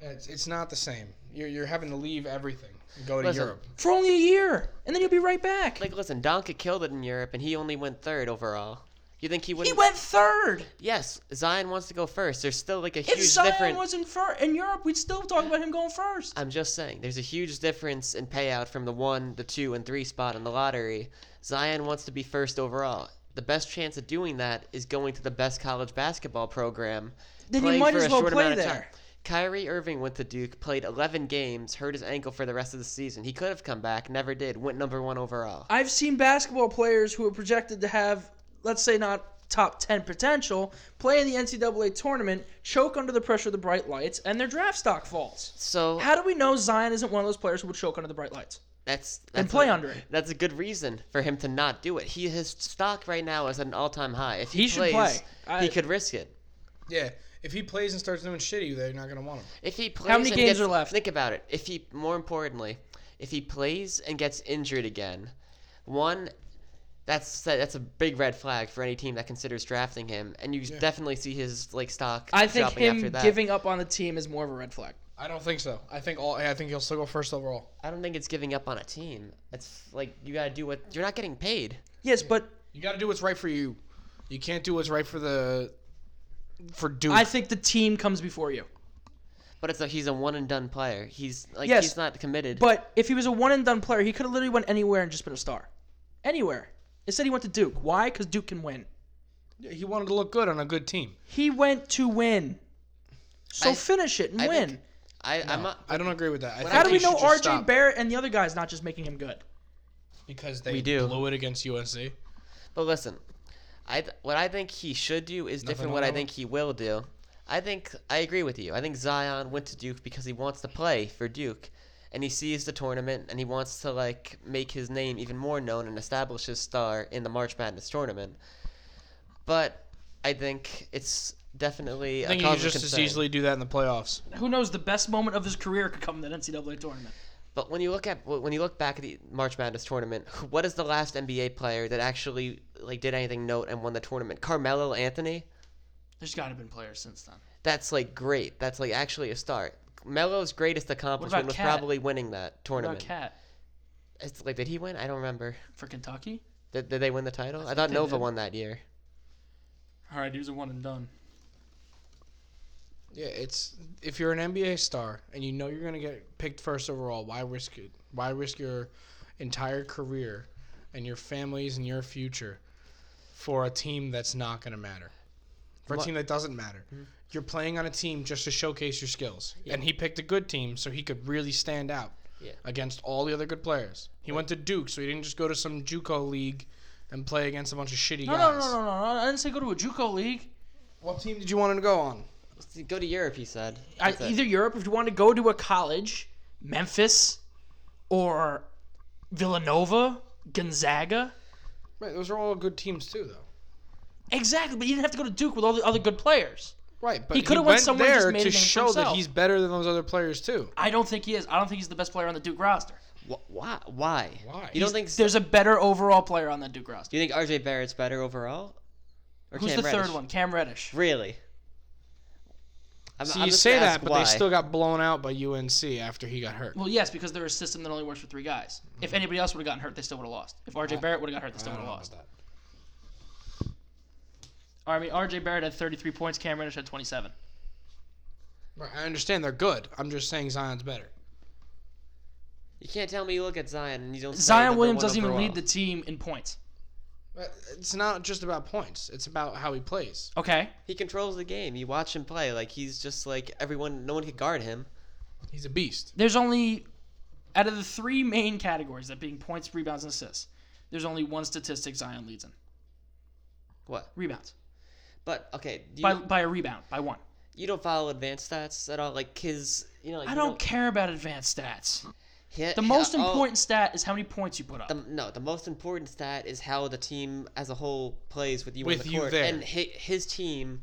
C: It's, it's not the same. You're, you're having to leave everything and go to
D: Listen.
C: Europe.
A: for only a year, and then you'll be right back.
D: Like, listen, Doncic killed it in Europe, and he only went third overall. You think he
A: he
D: wouldn't?
A: went third.
D: Yes, Zion wants to go first. There's still like a
A: If
D: huge
A: Zion
D: difference.
A: wasn't first in Europe, we'd still talk about him going first.
D: I'm just saying, there's a huge difference in payout from the one, the two, and three spot in the lottery. Zion wants to be first overall. The best chance of doing that is going to the best college basketball program.
A: Then he
D: playing
A: might
D: for
A: as
D: a
A: well
D: short
A: play
D: amount of
A: there.
D: time. Kyrie Irving went to Duke, played 11 games, hurt his ankle for the rest of the season. He could have come back, never did. Went number one overall.
A: I've seen basketball players who are projected to have, let's say, not top 10 potential, play in the NCAA tournament, choke under the pressure of the bright lights, and their draft stock falls.
D: So
A: How do we know Zion isn't one of those players who would choke under the bright lights?
D: that's, that's
A: And play
D: a,
A: under it.
D: That's a good reason for him to not do it. He his stock right now is at an all-time high. If he,
A: He should
D: plays,
A: play. I-
D: he could risk it.
C: Yeah, if he plays and starts doing shitty, they're not going to want him.
D: If he plays,
A: many
D: and
A: games
D: gets-
A: are left?
D: Think about it. If he, more importantly, if he plays and gets injured again, one, that's that's a big red flag for any team that considers drafting him, and you definitely see his like stock
A: I think
D: dropping after
A: him
D: that.
A: giving up on the team is more of a red flag.
C: I don't think so. I think all. I think he'll still go first overall.
D: I don't think it's giving up on a team. It's like you gotta do what you're not getting paid.
A: Yes, but
C: You got to do what's right for you. You can't do what's right for the for Duke.
A: I think the team comes before you.
D: But it's like he's a one and done player. He's like
A: Yes,
D: he's not committed.
A: But if he was a one and done player, he could have literally went anywhere and just been a star. Anywhere. Instead, he went to Duke. Why? Because Duke can win.
C: he wanted to look good on a good team.
A: He went to win. So
D: I-
A: finish it and
D: I
A: win.
D: think- I, I'm not.
C: I don't agree with that. I think
A: How do we
C: they should
A: know
C: just
A: RJ
C: stop
A: Barrett and the other guy's not just making him good?
C: Because they
D: We do.
C: blew it against UNC.
D: But listen, I th- what I think he should do is different.
C: on
D: What I
C: that
D: think he will do, I think I agree with you. I think Zion went to Duke because he wants to play for Duke, and he sees the tournament and he wants to like make his name even more known and establish his star in the March Madness tournament. But I think it's definitely
C: I
D: a
C: think you
D: cause
C: could
D: of
C: just as
D: concern.
C: easily do that in the playoffs.
G: Who knows? The best moment of his career could come in that NCAA tournament.
D: But when you look at when you look back at the March Madness tournament, what is the last NBA player that actually like did anything note and won the tournament? Carmelo Anthony.
G: There's got to have been players since then.
D: that's like great. That's like actually a start. Melo's greatest accomplishment was
G: Cat?
D: probably winning
G: What
D: that
G: about
D: tournament.
G: Cat
D: It's like did he win? I don't remember.
G: for Kentucky?
D: Did, did they win the title? I, thought
G: they
D: Nova
G: did.
D: won that year.
G: All right, he was a one and done.
C: Yeah, it's if you're an NBA star and you know you're gonna get picked first overall, why risk it? Why risk your entire career and your families and your future for a team that's not gonna matter? For a
D: What-
C: team that doesn't matter.
G: Mm-hmm.
C: You're playing on a team just to showcase your skills. And he picked a good team so he could really stand out
D: Yeah.
C: against all the other good players. He went to Duke, so he didn't just go to some JUCO league and play against a bunch of shitty
G: No,
C: guys.
G: no, no, no, no, no. I didn't say go to a JUCO league.
C: What team did you want him to go on?
D: Go to Europe, he said.
A: I,
D: That's it.
A: either Europe, if you want to go to a college, Memphis, or Villanova, Gonzaga.
C: Right, those are all good teams too, though.
A: Exactly, but you didn't have to go to Duke with all the other good players.
C: Right, but
A: He
C: he,
A: coulda
C: went,
A: went somewhere and
C: there
A: just made a
C: to
A: name for
C: show that
A: himself.
C: he's better than those other players too.
G: I don't think he is. I don't think he's the best player on the Duke roster.
D: Wh- why? Why?
C: Why?
D: You don't think?
G: There's a better overall player on that Duke roster.
D: do you think RJ Barrett's better overall? Or
G: Who's
D: Cam
G: the
D: Reddish?
G: third one? Cam Reddish.
D: Really? I'm,
C: So
D: I'm
C: you
D: just
C: say
D: gonna
C: that,
D: ask
C: but
D: why.
C: they still got blown out by UNC after he got hurt.
A: Well, yes, because they're a system that only works for three guys. If
D: Mm-hmm.
A: anybody else would have gotten hurt, they still would have lost. If RJ Barrett would have got hurt, they still would
D: Uh,
A: have lost. I mean, RJ Barrett had 33 points. Cam Reddish had 27.
C: Right, I understand they're good. I'm just saying Zion's better.
D: You can't tell me you look at Zion and you don't. say
A: Zion
D: number
A: Williams
D: one
A: doesn't even
D: overall.
A: lead the team in points.
C: But It's not just about points. It's about how he plays.
A: Okay.
D: He controls the game. You watch him play. Like he's just like everyone. No one can guard him.
C: He's a beast.
A: There's only, out of the three main categories, that being points, rebounds, and assists, there's only one statistic Zion leads in
D: What?
A: rebounds.
D: But okay, you,
A: By, by a rebound, by one.
D: you don't follow advanced stats at all. Like his, you know. Like,
A: I
D: you
A: don't care about advanced stats.
D: He-
A: The
D: he-
A: most
D: oh,
A: important stat is how many points you put up.
D: The, no, the most important stat is how the team as a whole plays with you on
C: With
D: the
C: you
D: court,
C: there.
D: and hi- his team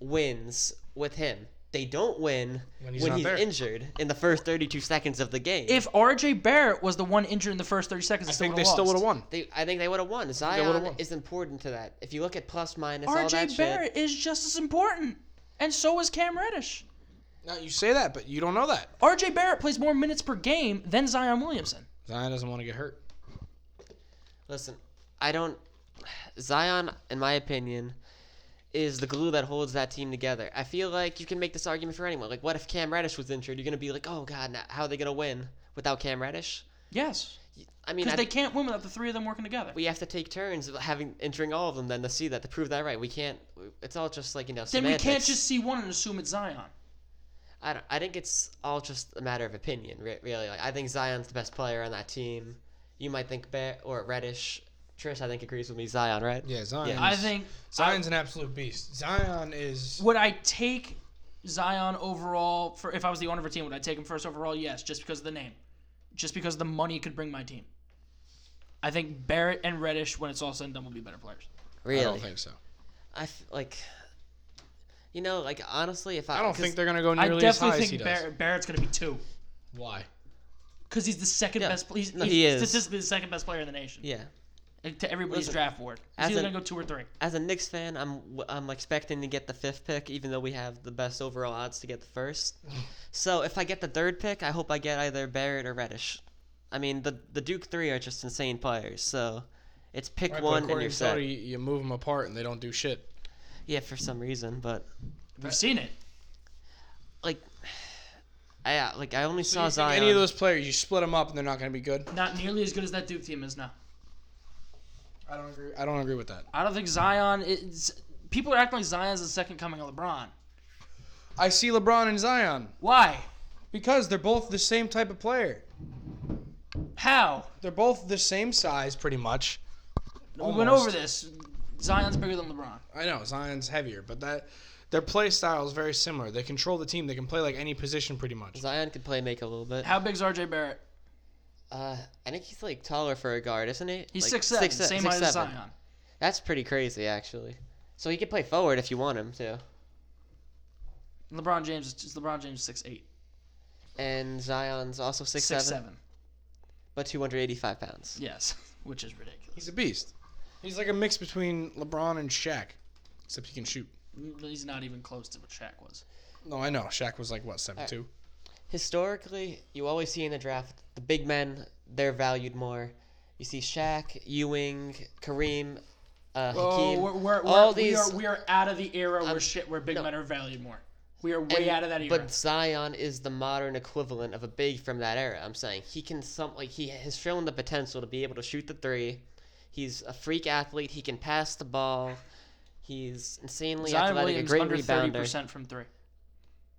D: wins with him. They don't win when
C: When he's
D: he's,
C: not there.
D: injured in the first 32 seconds of the game.
A: If RJ Barrett was the one injured in the first 30 seconds,
C: I
A: they
C: think they
A: would've
C: still
A: lost.
C: would have won.
D: they, I think they would have won. Zion
C: would've won.
D: is important to that. If you look at plus minus all that
A: RJ
D: shit,
A: Barrett is just as important, and so is Cam Reddish.
C: Now you say that, but you don't know that.
A: RJ Barrett plays more minutes per game than Zion Williamson.
C: Zion doesn't want to get hurt.
D: listen, I don't. Zion, in my opinion, is the glue that holds that team together. I feel like you can make this argument for anyone. Like, what if Cam Reddish was injured? You're gonna be like, oh god, now, how are they gonna win without Cam Reddish?
A: Yes,
D: I mean,
A: because
D: I-
A: they can't win without the three of them working together.
D: we have to take turns of having entering all of them then to see that to prove that right. We can't. It's all just like you know.
A: then we can't
D: semantics.
A: just see one and assume it's Zion.
D: I, don't, I think it's all just a matter of opinion, re- really. Like I think Zion's the best player on that team. You might think Bear or Reddish. Trish, I think agrees with me. Zion, right?
C: Yeah, Zion.
D: Yeah.
A: I think
C: Zion's an absolute beast. Zion is.
A: would I take Zion overall for if I was the owner of a team? Would I take him first overall? Yes, just because of the name, just because the money it could bring my team. I think Barrett and Reddish, when it's all said and done, will be better players.
D: Really?
C: I don't think so.
D: I f- like. You know, like honestly, if I,
C: Uh, I don't
D: 'cause
C: think they're gonna go
A: I
C: nearly as high
A: definitely
C: as he
A: think
C: does.
A: Barrett, Barrett's going to be two.
C: Why?
A: Because he's the second
D: Yeah.
A: best. pl- He's,
D: No,
A: he's
D: he is.
A: statistically the second best player in the nation
D: Yeah.
A: uh, to everybody's
D: Listen,
A: draft board. He's
D: as
A: either
D: an-
A: gonna go two or three.
D: As a Knicks fan, I'm w- I'm expecting to get the fifth pick, even though we have the best overall odds to get the
C: [LAUGHS]
D: first. so if I get the third pick, I hope I get either Barrett or Reddish. I mean, the the Duke three are just insane players. So it's pick
C: Right, but
D: one and
C: according
D: you're
C: to
D: set.
C: Tony, you move them apart and they don't do shit.
D: Yeah, for some reason, but
A: We've seen it.
D: like, I uh, like I only
C: So
D: saw
C: you think
D: Zion.
C: Any of those players, you split them up and they're not gonna be good.
A: Not nearly as good as that Duke team is now.
C: I don't agree. I don't agree with that.
A: I don't think Zion is. People are acting like Zion's the second coming of LeBron.
C: I see LeBron and Zion
A: Why?
C: because they're both the same type of player.
A: How?
C: They're both the same size, pretty much.
A: We went
C: Almost.
A: over this. Zion's bigger than LeBron.
C: I know Zion's heavier, but that their play style is very similar. They control the team. They can play like any position, pretty much.
D: Zion could play make a little bit.
A: How big's RJ Barrett?
D: Uh, I think he's like taller for a guard, isn't he?
A: He's
D: Like,
A: six seven,
D: se-
A: same
D: six,
A: height as
D: seven.
A: Zion.
D: That's pretty crazy, actually. So he could play forward if you want him to.
A: LeBron James is just LeBron James is six eight.
D: And Zion's also six,
A: Six seven.
D: seven, but 285 pounds.
A: Yes, [LAUGHS] which is ridiculous.
C: He's a beast. He's like a mix between LeBron and Shaq, except he can shoot.
A: He's not even close to what Shaq was.
C: No, I know Shaq was like what seven two.
D: Historically, you always see in the draft the big men, they're valued more. You see Shaq, Ewing, Kareem, uh,
A: Oh,
D: Hakeem.
A: we're, we're,
D: all
A: we're-
D: these.
A: we, are, we are out of the era where
D: Um,
A: shit where big
D: no.
A: men are valued more. We are way
D: and-
A: out of that era.
D: But Zion is the modern equivalent of a big from that era. I'm saying he can some like he has shown the potential to be able to shoot the three. He's a freak athlete. He can pass the ball. He's insanely
A: Zion
D: athletic. a
A: Williams
D: great
A: under thirty
D: rebounder.
A: percent from three.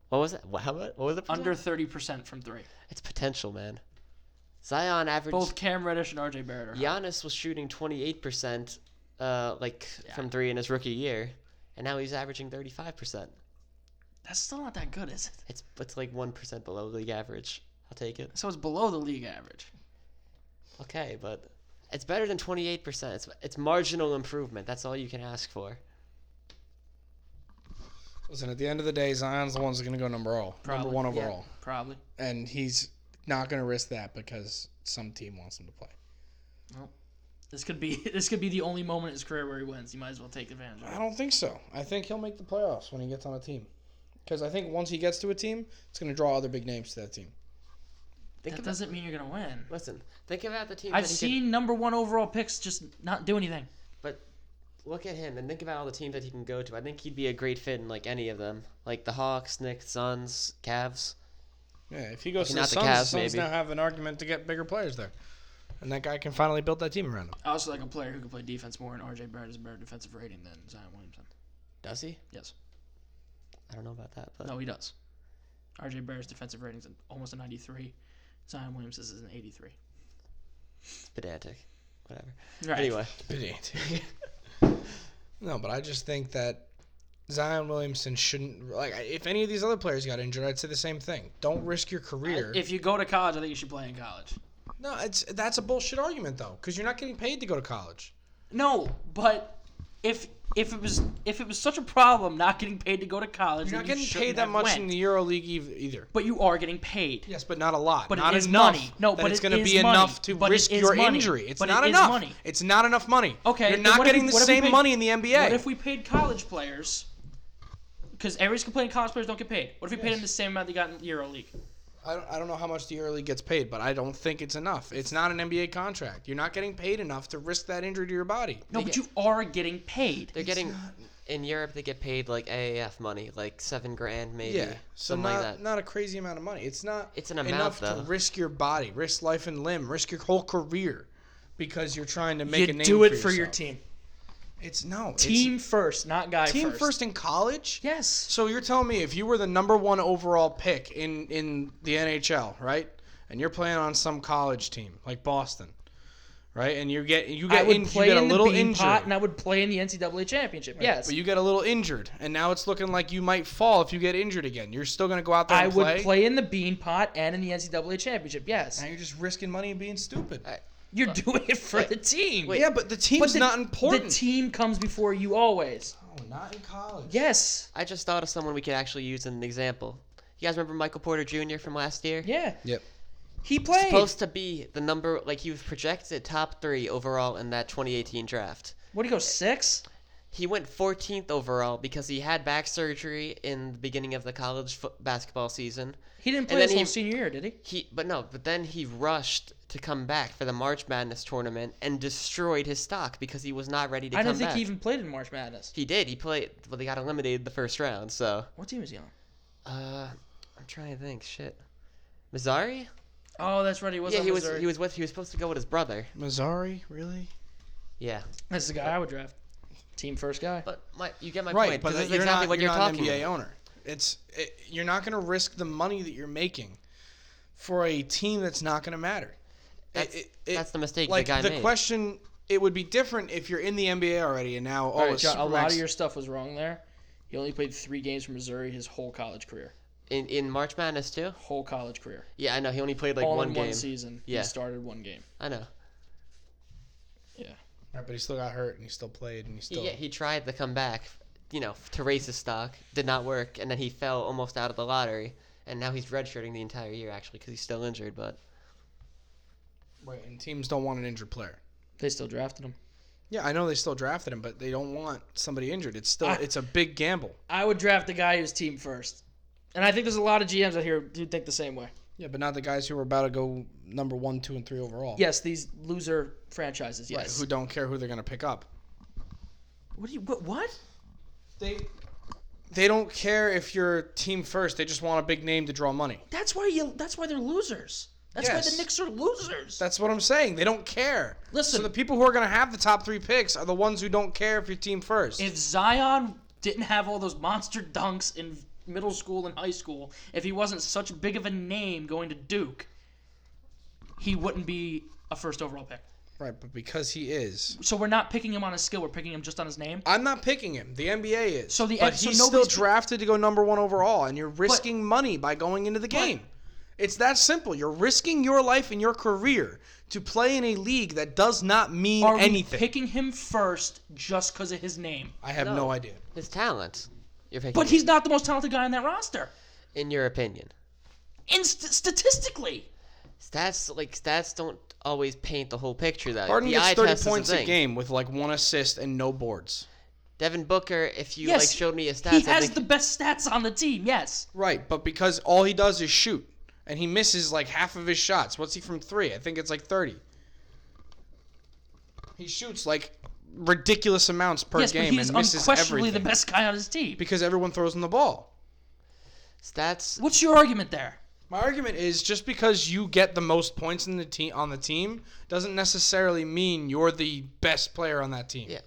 D: What was it? What, how what what was the percent?
A: Under thirty percent from three.
D: It's potential, man. Zion averaged.
A: Both Cam Reddish and RJ Barrett are. hot.
D: Giannis was shooting 28%, uh, like
A: Yeah.
D: from three in his rookie year, and now he's averaging 35%.
A: That's still not that good, is it?
D: It's it's like one percent below league average. I'll take it.
A: So it's below the league average.
D: Okay, but it's better than 28%. It's it's marginal improvement. That's all you can ask for.
C: Listen, at the end of the day, Zion's the one that's gonna go number all,
A: Probably,
C: number one
D: yeah.
C: overall,
A: Probably.
C: and he's not gonna risk that because some team wants him to play.
A: This could be [LAUGHS] this could be the only moment in his career where he wins. You might as well take advantage of
C: I
A: it.
C: don't think so. I think he'll make the playoffs when he gets on a team. Because I think once he gets to a team, it's going to draw other big names to that team.
D: Think
A: That
D: about,
A: doesn't mean you're gonna win.
D: listen, think about the team.
A: I've
D: that he could-
A: seen number one overall picks just not do anything.
D: look at him and think about all the teams that he can go to. I think he'd be a great fit in like any of them, like the Hawks, Knicks, Suns, Cavs.
C: Yeah, if he goes
D: Maybe
C: to the
D: not the
C: Suns, the
D: Cavs,
C: Suns
D: maybe.
C: now have an argument to get bigger players there. And that guy can finally build that team around him.
A: I also like a player who can play defense more, and RJ Barrett has a better defensive rating than Zion Williamson.
D: Does he?
A: Yes.
D: I don't know about that, but
A: No, he does. RJ Barrett's defensive rating's an- almost a 93. Zion Williamson's is an 83.
D: it's pedantic. Whatever.
A: Right.
D: Anyway,
C: Pedantic. [LAUGHS] no, but I just think that Zion Williamson shouldn't like if any of these other players got injured, I'd say the same thing. Don't risk your career.
A: If you go to college, I think you should play in college.
C: no, it's that's a bullshit argument though, because you're not getting paid to go to college.
A: No, but if if it was if it was such a problem not getting paid to go to college,
C: You're
A: then
C: not getting
A: you shouldn't
C: paid that
A: have
C: much
A: went.
C: in the Euro League ev- either.
A: But you are getting paid.
C: Yes, but not a lot.
A: But it
C: not
A: is
C: enough.
A: money. No,
C: that
A: but
C: it's
A: it
C: going to
A: is
C: be
A: money.
C: enough to
A: But it
C: risk
A: is
C: your
A: money.
C: injury. It's
A: But it
C: not
A: is
C: enough.
A: money.
C: It's not enough money.
A: Okay,
C: you're
A: then
C: not
A: what if
C: getting
A: we-
C: the
A: what if we
C: same
A: paid-
C: money in the NBA.
A: What if we paid college players? Because everybody's complaining college players don't get paid. What if we paid them the same amount they got in the Euro League?
C: I don't, I don't know how much the early gets paid, but I don't think it's enough. It's not an NBA contract. You're not getting paid enough to risk that injury to your body.
A: No,
D: They
A: but
D: get-
A: you are getting paid.
D: they're getting in Europe. They get paid like AAF money, like seven grand maybe,
C: Yeah, so
D: something
C: not
D: like that.
C: not a crazy amount of money. It's not.
D: It's an amount,
C: enough
D: though.
C: to risk your body, risk life and limb, risk your whole career, because you're trying to make a
A: you
C: name.
A: do it for, your
C: yourself.
A: team.
C: It's no it's-
A: Team first, not guy
C: team
A: first.
C: first in college.
A: Yes.
C: So you're telling me if you were the number one overall pick in in the NHL, right? And you're playing on some college team like Boston, right? And you get you
A: I
C: get,
A: would
C: in, you
A: play
C: get a
A: in
C: little
A: the bean
C: injured,
A: pot and I would play in the NCAA championship. Yes.
C: but you get a little injured, and now it's looking like you might fall if you get injured again. You're still gonna go out there
A: I
C: and
A: would play in the bean pot and in the NCAA championship. Yes.
C: Now you're just risking money and being stupid.
A: You're doing it for the team.
C: yeah, but the team's
A: the-
C: not important.
A: The team comes before you always.
C: oh, not in college.
A: Yes.
D: I just thought of someone we could actually use as an example. You guys remember Michael Porter Jr. from last year?
A: Yeah.
C: Yep.
A: He played.
D: Supposed to be the number, like he was projected top three overall in that 2018 draft.
A: what do you go six?
D: He went 14th overall because he had back surgery in the beginning of the college fo- basketball season.
A: He didn't
D: And
A: play
D: then
A: his whole
D: he-
A: senior year, did he?
D: He, but no, but then he rushed to come back for the March Madness tournament and destroyed his stock because he was not ready to
A: I
D: come
A: don't think
D: back.
A: he even played in March Madness.
D: He did. He played. Well, they got eliminated the first round. So,
A: What team is he on?
D: uh, I'm trying to think. Shit, Missouri?
A: Oh, that's right. He was.
D: Yeah,
A: on
D: he was.
A: Missouri.
D: He was with. He was supposed to go with his brother.
C: Missouri, really?
D: Yeah,
A: That's the guy I would draft. Team first guy.
D: but my, you get my
C: Right,
D: point.
C: but
D: this is
C: you're
D: exactly
C: not,
D: what
C: you're,
D: you're,
C: not
D: talking
C: an NBA
D: about.
C: owner. It's it, you're not going to risk the money that you're making for a team that's not going to matter. It-
D: That's,
C: it- it-
D: that's the mistake
C: like
D: the guy
C: the
D: made.
C: question. It would be different if you're in the NBA already and now
A: All
C: oh,
A: right,
C: it's
A: John, a lot
C: Supermax-
A: of your stuff was wrong there. He only played three games for Missouri his whole college career.
D: in in March Madness too.
A: Whole college career.
D: Yeah, I know. He only played like
A: All
D: one
A: in
D: game.
A: one season.
D: Yeah.
A: He started one game.
D: I know.
C: Right, but he still got hurt and he still played and he still.
D: Yeah, he tried to come back, you know, to raise his stock. Did not work, and then he fell almost out of the lottery. And now he's redshirting the entire year actually because he's still injured. But
C: Right, and teams don't want an injured player.
A: They still drafted him.
C: Yeah, I know they still drafted him, but they don't want somebody injured. It's still
A: I-
C: it's a big gamble.
A: I would draft the guy who's team first. And I think there's a lot of GMs out here who think the same way.
C: Yeah, but not the guys who are about to go number one, two, and three overall.
A: Yes, these loser franchises.
C: Right,
A: Yes.
C: who don't care who they're going to pick up.
A: What do you? What? What?
C: they they don't care if you're team first. They just want a big name to draw money.
A: That's why you. That's why they're losers. That's why
C: Yes.
A: the Knicks are losers.
C: That's what I'm saying. They don't care.
A: Listen.
C: so the people who are going to have the top three picks are the ones who don't care if you're team first.
A: If Zion didn't have all those monster dunks in middle school and high school, if he wasn't such big of a name going to Duke, he wouldn't be a first overall pick.
C: right, but because he is,
A: So we're not picking him on his skill. We're picking him just on his name.
C: I'm not picking him. The NBA is.
A: So the-
C: but
A: so
C: he's still
A: nobody's-
C: drafted to go number one overall, and you're risking money by going into the game. It's that simple. You're risking your life and your career to play in a league that does not mean
A: Are
C: anything.
A: we picking him first just because of his name?
C: I have no,
D: No.
C: idea.
D: his talent, you're picking
A: But he's not the most talented guy on that roster.
D: in your opinion.
A: In st- statistically,
D: Stats like stats don't always paint the whole picture though.
C: Harden
D: the
C: gets
D: eye
C: 30
D: test is
C: points
D: the
C: a
D: thing.
C: game with like one assist and no boards.
D: Devin Booker, if you
A: Yes,
D: like showed me his stats,
A: He
D: I
A: has
D: think
A: the best stats on the team. Yes.
C: Right, but because all he does is shoot, and he misses like half of his shots. What's he from three? I think it's like thirty. He shoots like ridiculous amounts per
A: yes,
C: game
A: but he is
C: and misses
A: unquestionably
C: everything
A: the best guy on his team.
C: because everyone throws him the ball.
D: stats.
A: What's your argument there?
C: My argument is just because you get the most points in the team on the team doesn't necessarily mean you're the best player on that team.
D: Yeah.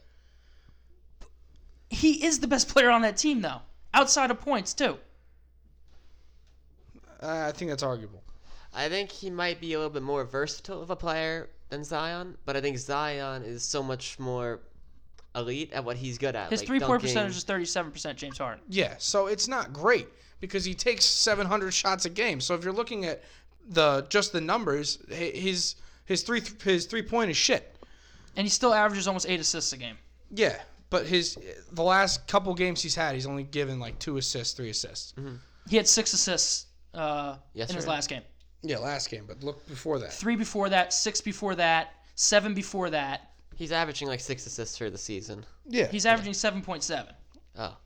A: He is the best player on that team, though. Outside of points, too.
C: Uh, I think that's arguable.
D: I think he might be a little bit more versatile of a player than Zion, but I think Zion is so much more elite at what he's good at.
A: His
D: like
A: three point
D: dunking.
A: percentage is 37%, James Harden.
C: Yeah, so it's not great because he takes 700 shots a game. So if you're looking at the just the numbers, hi- his his three his three point is shit.
A: And he still averages almost eight assists a game.
C: Yeah, but his the last couple games he's had, he's only given like two assists, three assists.
A: He had six assists uh,
D: Yes,
A: in his
D: sir.
A: last game.
C: Yeah, last game, but look before that.
A: Three before that, six before that, seven before that.
D: He's averaging like six assists for the season.
C: Yeah,
A: He's averaging 7.7.
D: Oh,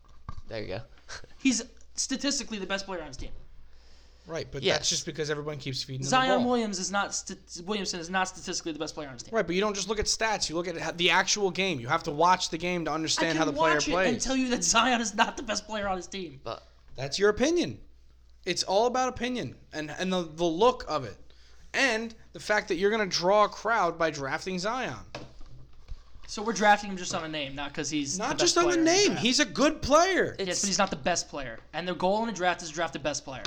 D: there you go.
A: He's statistically the best player on his team.
C: right, but
D: Yes.
C: that's just because everyone keeps feeding him the
A: Zion
C: ball.
A: Williams is not st- Williamson is not statistically the best player on his team.
C: Right, but you don't just look at stats. You look at how- the actual game. You have to watch the game to
A: I
C: understand
A: can
C: how the player
A: watch it
C: plays.
A: and tell you that Zion is not the best player on his team.
D: But
C: That's your opinion. It's all about opinion and, and the, the look of it. And the fact that you're going to draw a crowd by drafting Zion.
A: So we're drafting him just on a name, not because he's the
C: Not
A: best
C: just on the
A: player in
C: name.
A: draft.
C: He's a good player.
A: yes, but he's not the best player. And the goal in the draft is to draft the best player.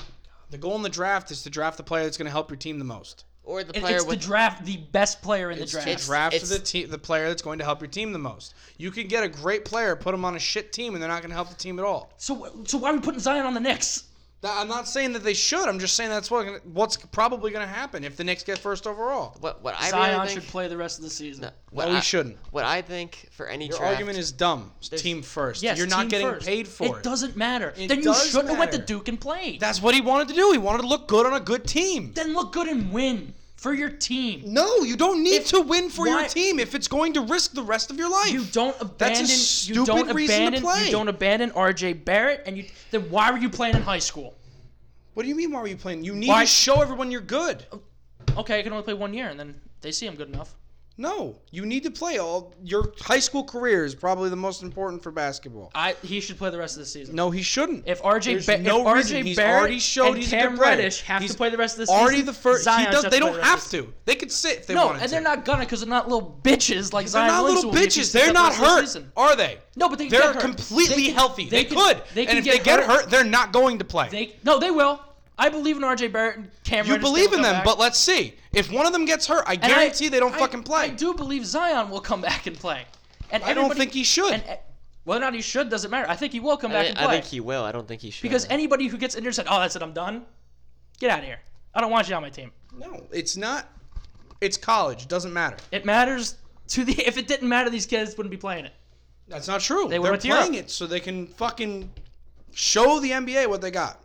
C: The goal in the draft is to draft the player that's going to help your team the most.
D: or the
A: It-
D: player
A: it's
D: with
A: to draft the best player in the
C: It's to
A: draft.
C: draft
D: It's-
C: the, te- the player that's going to help your team the most. You can get a great player, put them on a shit team, and they're not going to help the team at all.
A: so so why are we putting Zion on the Knicks?
C: Th- I'm not saying that they should. I'm just saying that's what, gonna- what's probably going to happen if the Knicks get first overall.
D: what what I
A: Zion
D: really think.
A: should play the rest of the season.
D: No, what
C: Well, we
D: I-
C: shouldn't.
D: What I think for any
C: Your
D: draft,
C: argument is dumb. It's team first.
A: Yes,
C: you're not
A: team
C: getting
A: first.
C: paid for it.
A: It doesn't matter.
C: It
A: then you
C: does
A: shouldn't have went to
C: matter.
A: Duke and played.
C: That's what he wanted to do. He wanted to look good on a good team.
A: then look good and win for your team.
C: No, you don't need to win for
A: why-
C: your team if it's going to risk the rest of your life.
A: You don't abandon.
C: That's a
A: you don't
C: stupid reason to
A: abandon.
C: play.
A: You don't abandon R.J. Barrett, and you. Then why were you playing in high school?
C: what do you mean? Why were you playing? You need
A: Why-
C: to show everyone you're good.
A: Okay, I can only play one year, and then they see I'm good enough.
C: No, you need to play all. Your high school career is probably the most important for basketball.
A: I he should play the rest of the season.
C: No, he shouldn't.
A: If RJ
C: There's
A: ba-
C: no
A: if RJ
C: reason. He's
A: Barrett
C: already showed
A: and
C: he's a
A: Cam
C: good player.
A: Reddish have
C: He's
A: to play the rest of the
C: already
A: season,
C: the first, he
A: Zion's
C: does.
A: have
C: They
A: to
C: don't
A: play the rest of
C: have to. They could sit if they
A: no,
C: wanted
A: and
C: to.
A: they're not gonna because they're not little bitches like
C: They're
A: Zion.
C: not
A: Williams
C: little
A: will be if he
C: bitches.
A: sits
C: They're
A: out the
C: not
A: rest of the
C: hurt,
A: season.
C: are they?
A: No, but they can
C: They're
A: get hurt.
C: completely
A: They can-
C: healthy. They,
A: can-
C: could.
A: They can
C: and if
A: get
C: they get
A: hurt.
C: hurt, they're not going to play.
A: They no, they will. I believe in RJ Barrett and Cam.
C: You
A: Reddish, they
C: believe
A: will
C: in
A: come
C: them,
A: back.
C: but let's see. If one of them gets hurt, I
A: And I-
C: guarantee they don't
A: I-
C: fucking play.
A: I do believe Zion will come back and play. And
C: I don't
A: everybody-
C: think he should.
A: And, and- whether or not he should doesn't matter. I think he will come
D: I,
A: back
D: thi-
A: and
D: I
A: play.
D: think he will. I don't think he should.
A: because anybody who gets injured said, "Oh, that's it, I'm done." Get out of here. I don't want you on my team.
C: no, it's not. It's college. It doesn't matter.
A: It matters to the. [LAUGHS] If it didn't matter, these kids wouldn't be playing it.
C: That's not true. They
A: They
C: are
A: went to
C: playing
A: Europe.
C: it so they can fucking show the NBA what they got.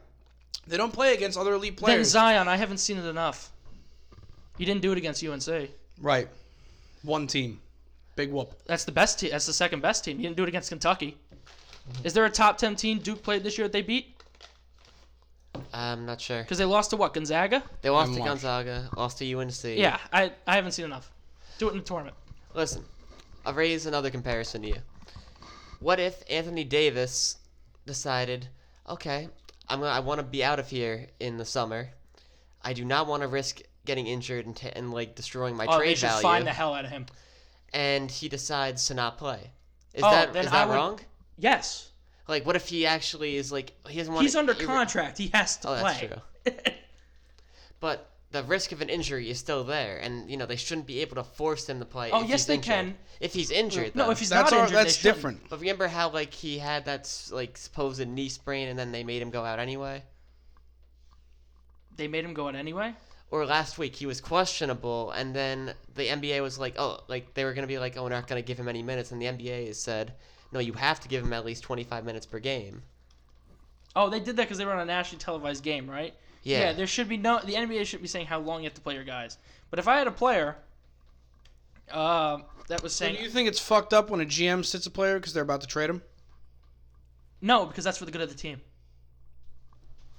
C: They don't play against other elite
A: Then
C: players.
A: Zion, I haven't seen it enough. You didn't do it against UNC.
C: right. One team. Big whoop.
A: That's the best team. That's the second best team. You didn't do it against Kentucky.
C: Mm-hmm.
A: Is there a top ten team Duke played this year that they beat?
D: I'm not sure.
A: Because they lost to what Gonzaga?
D: They lost
C: I'm
D: to
C: lost.
D: Gonzaga, lost to UNC.
A: Yeah, I I haven't seen enough. Do it in the tournament.
D: Listen, I'll raise another comparison to you. What if Anthony Davis decided, okay, I'm gonna, I want to be out of here in the summer. I do not want to risk getting injured and, t- and like destroying my
A: Oh,
D: trade
A: they should
D: value.
A: find the hell out of him.
D: and he decides to not play. Is
A: Oh,
D: that
A: then
D: is that
A: I would-
D: wrong?
A: Yes,
D: Like, what if he actually is like he doesn't want?
A: he's under contract. He has to
D: Oh, that's
A: play.
D: true. But the risk of an injury is still there, and you know they shouldn't be able to force him to play.
A: Oh,
D: if
A: yes,
D: he's
A: they
D: injured.
A: can. Mm,
D: If he's injured,
A: [LAUGHS] no,
D: though.
A: if he's
C: That's
A: not
C: all,
A: injured,
C: that's
A: they shouldn't.
C: different.
D: But remember how like he had that s- like supposed knee sprain, and then they made him go out anyway.
A: They made him go out anyway.
D: Or last week he was questionable, and then the NBA was like, oh, like they were gonna be like, oh, we're not gonna give him any minutes, and the NBA has said, no, you have to give him at least 25 minutes per game.
A: Oh, they did that because they were on a nationally televised game, right?
D: Yeah.
A: there should be no. The NBA should be saying how long you have to play your guys. But if I had a player Um, that was
C: So
A: saying
C: do you think it's fucked up when a GM sits a player because they're about to trade him?
A: no because that's for the good of the team.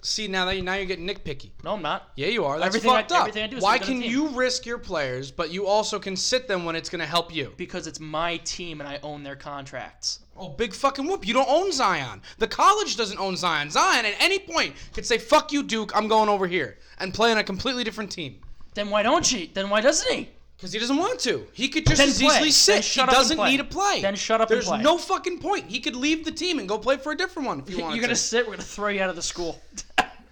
C: See, now that you, now you're getting nitpicky.
A: No, I'm not.
C: Yeah, you are. That's
A: Everything I-
C: fucked up.
A: everything I do is
C: Why
A: for the good
C: can
A: of the
C: you risk your players, but you also can sit them when it's going to help you?
A: because it's my team and I own their contracts.
C: Oh, big fucking whoop. You don't own Zion. The college doesn't own Zion. Zion at any point could say, fuck you, Duke. I'm going over here and play on a completely different team.
A: Then why don't she? Then why doesn't he?
C: Because he doesn't want to. He could just
A: Then
C: as
A: play.
C: easily
A: Then
C: sit.
A: shut
C: he
A: up and
C: doesn't
A: play.
C: need to play.
A: Then shut up and
C: There's
A: play.
C: no fucking point. He could leave the team and go play for a different one if he wanted
A: [LAUGHS] You're gonna
C: to.
A: sit. We're gonna throw you out of the school. [LAUGHS]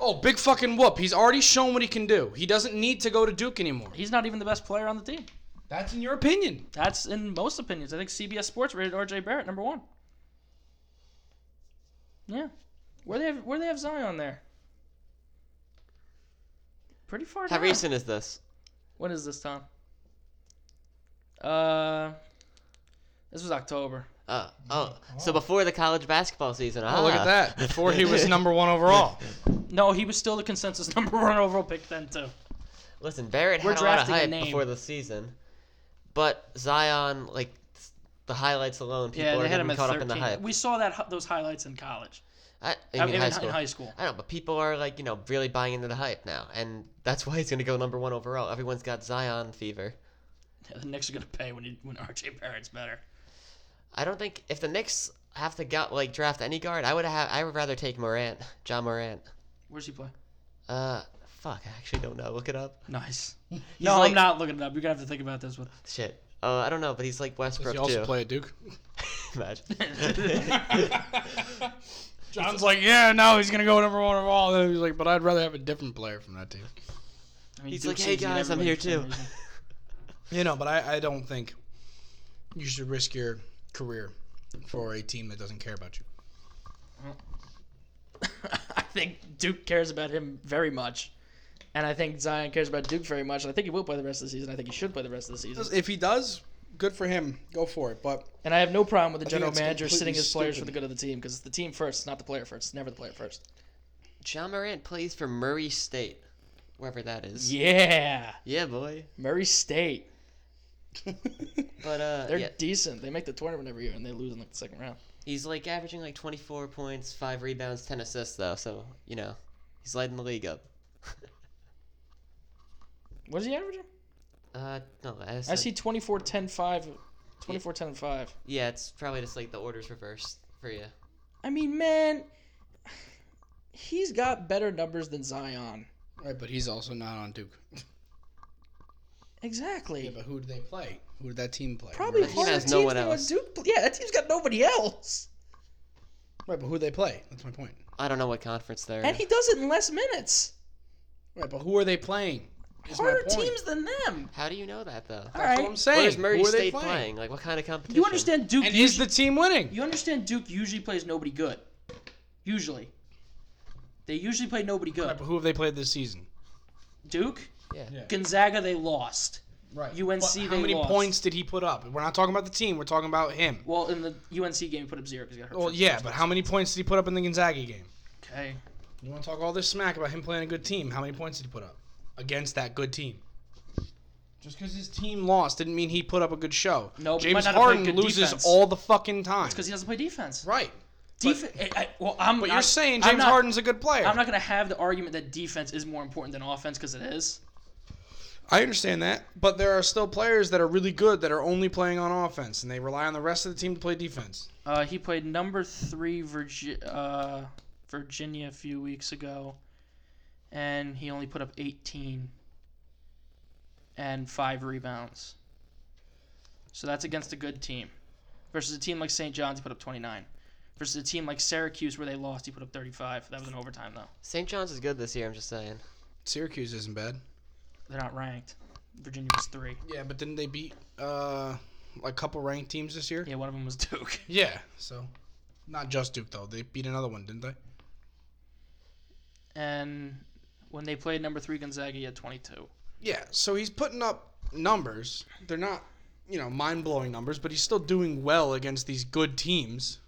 C: Oh, big fucking whoop. He's already shown what he can do. He doesn't need to go to Duke anymore.
A: He's not even the best player on the team.
C: That's in your opinion.
A: That's in most opinions. I think CBS Sports rated RJ Barrett number one. Yeah, where they have where they have Zion there? Pretty far
D: How
A: down.
D: recent is this?
A: What is this, Tom? Uh, this was October.
D: Uh, oh, so before the college basketball season. Ah,
C: Oh, look at that. Before he was number one overall.
A: No, he was still the consensus [LAUGHS] number one overall pick then too.
D: Listen, Barrett
A: We're
D: had a lot of
A: drafting a
D: hype
A: name.
D: before the season, but Zion, like the highlights alone, people
A: Yeah,
D: are
A: they had
D: getting
A: him at
D: caught up in the
A: 13.
D: hype.
A: We saw that those highlights in college.
D: I, I
A: I
D: mean,
A: mean,
D: high
A: in-
D: school.
A: in high school.
D: I know, but people are like, you know, really buying into the hype now, and that's why he's gonna go number one overall. Everyone's got Zion fever.
A: Yeah, the Knicks are gonna pay when you, when RJ Barrett's better.
D: I don't think if the Knicks have to go, like draft any guard, I would have. I would rather take Morant, John Morant.
A: Where's he play?
D: Uh, fuck, I actually don't know. Look it up.
A: Nice. no,
D: like-
A: I'm not looking it up. You're gonna have to think about this one.
D: Shit. Uh, I don't know, but he's like
C: Does he
D: Westbrook
C: also
D: too.
C: play at Duke?
D: [LAUGHS] Imagine.
C: [LAUGHS] John's like, yeah, no, he's gonna go number one overall. And he's like, but I'd rather have a different player from that team.
A: I mean,
D: He's
A: Duke
D: like, "Hey,
A: seems to get
D: guys, I'm
A: everybody
D: here
A: for some
D: too." [LAUGHS]
A: reason. [LAUGHS]
C: You know, but I, I don't think you should risk your career for a team that doesn't care about you.
A: I think Duke cares about him very much, and I think Zion cares about Duke very much. And I think he will play the rest of the season. I think he should play the rest of the season.
C: If he does, good for him. Go for it. [LAUGHS] But
A: And I have no problem with the
C: think
A: general
C: that's
A: manager sitting
C: completely
A: his players for
C: stupid.
A: the good of the team because it's the team first, it's not the player first. It's never the player first.
D: John Morant plays for Murray State, wherever that is.
A: Yeah,
D: Yeah, boy.
A: Murray State.
D: But uh,
A: They're
D: yeah,
A: decent. They make the tournament every year and they lose in like the second round.
D: he's like averaging like 24 points, five rebounds, 10 assists though. So you know, he's lighting the league up. [LAUGHS]
A: What is he averaging?
D: Uh, no, I,
A: I
D: said-
A: see 24, 10, 5. 24, 10, and 5.
D: Yeah, it's probably just like the orders reversed for you.
A: I mean, man, he's got better numbers than Zion.
C: right, but he's also not on Duke.
A: Exactly.
C: Yeah, but who do they play? Who did that team play?
A: Probably
D: That team
A: harder
D: has
A: teams
D: no one
A: than what
D: else.
A: Duke, yeah, that team's got nobody else.
C: Right, but who they play? That's my point.
D: I don't know what conference they're.
A: And
D: in.
A: he does it in less minutes.
C: Right, but who are they playing? Is my
A: Harder
C: point.
A: teams than them.
D: How do you know that though?
A: All
C: That's what
A: right.
C: I'm saying.
D: Where is Murray
C: who are they
D: State
C: playing?
D: playing? Like what kind of competition?
A: You understand Duke
C: And is the team winning?
A: You understand Duke usually plays nobody good. Usually. They usually play nobody
C: Right,
A: good.
C: but who have they played this season?
A: Duke,
D: Yeah.
C: Yeah.
A: Gonzaga, they lost.
C: Right.
A: UNC
C: But how
A: they
C: many
A: lost.
C: points did he put up? We're not talking about the team. We're talking about him.
A: Well, in the UNC game, he put up zero because he got hurt.
C: Well,
A: first.
C: yeah, but how many points did he put up in the Gonzaga game?
A: Okay.
C: You want to talk all this smack about him playing a good team? How many points did he put up against that good team? Just because his team lost didn't mean he put up a good show.
A: No, but he might
C: James
A: not have played
C: Harden
A: good
C: loses
A: defense.
C: all the fucking time.
A: Because he doesn't play defense.
C: right,
A: Def- I, I- well, I'm,
C: but
A: I'm-
C: you're saying
A: I'm
C: James
A: not-
C: Harden's a good player.
A: I'm not going to have the argument that defense is more important than offense because it is.
C: I understand that, but there are still players that are really good that are only playing on offense, and they rely on the rest of the team to play defense.
A: Uh, he played number three Virgi- uh, Virginia a few weeks ago, and he only put up 18 and five rebounds. So that's against a good team. Versus a team like St. John's, he put up 29. Versus a team like Syracuse, where they lost, he put up 35. That was an overtime, though.
D: St. John's is good this year. I'm just saying.
C: Syracuse isn't bad.
A: They're not ranked. Virginia was three.
C: Yeah, but didn't they beat uh, a couple ranked teams this year?
A: Yeah, one of them was Duke. [LAUGHS]
C: Yeah, so not just Duke though. They beat another one, didn't they?
A: And when they played number three Gonzaga, he had 22.
C: Yeah, so he's putting up numbers. They're not, you know, mind blowing numbers, but he's still doing well against these good teams.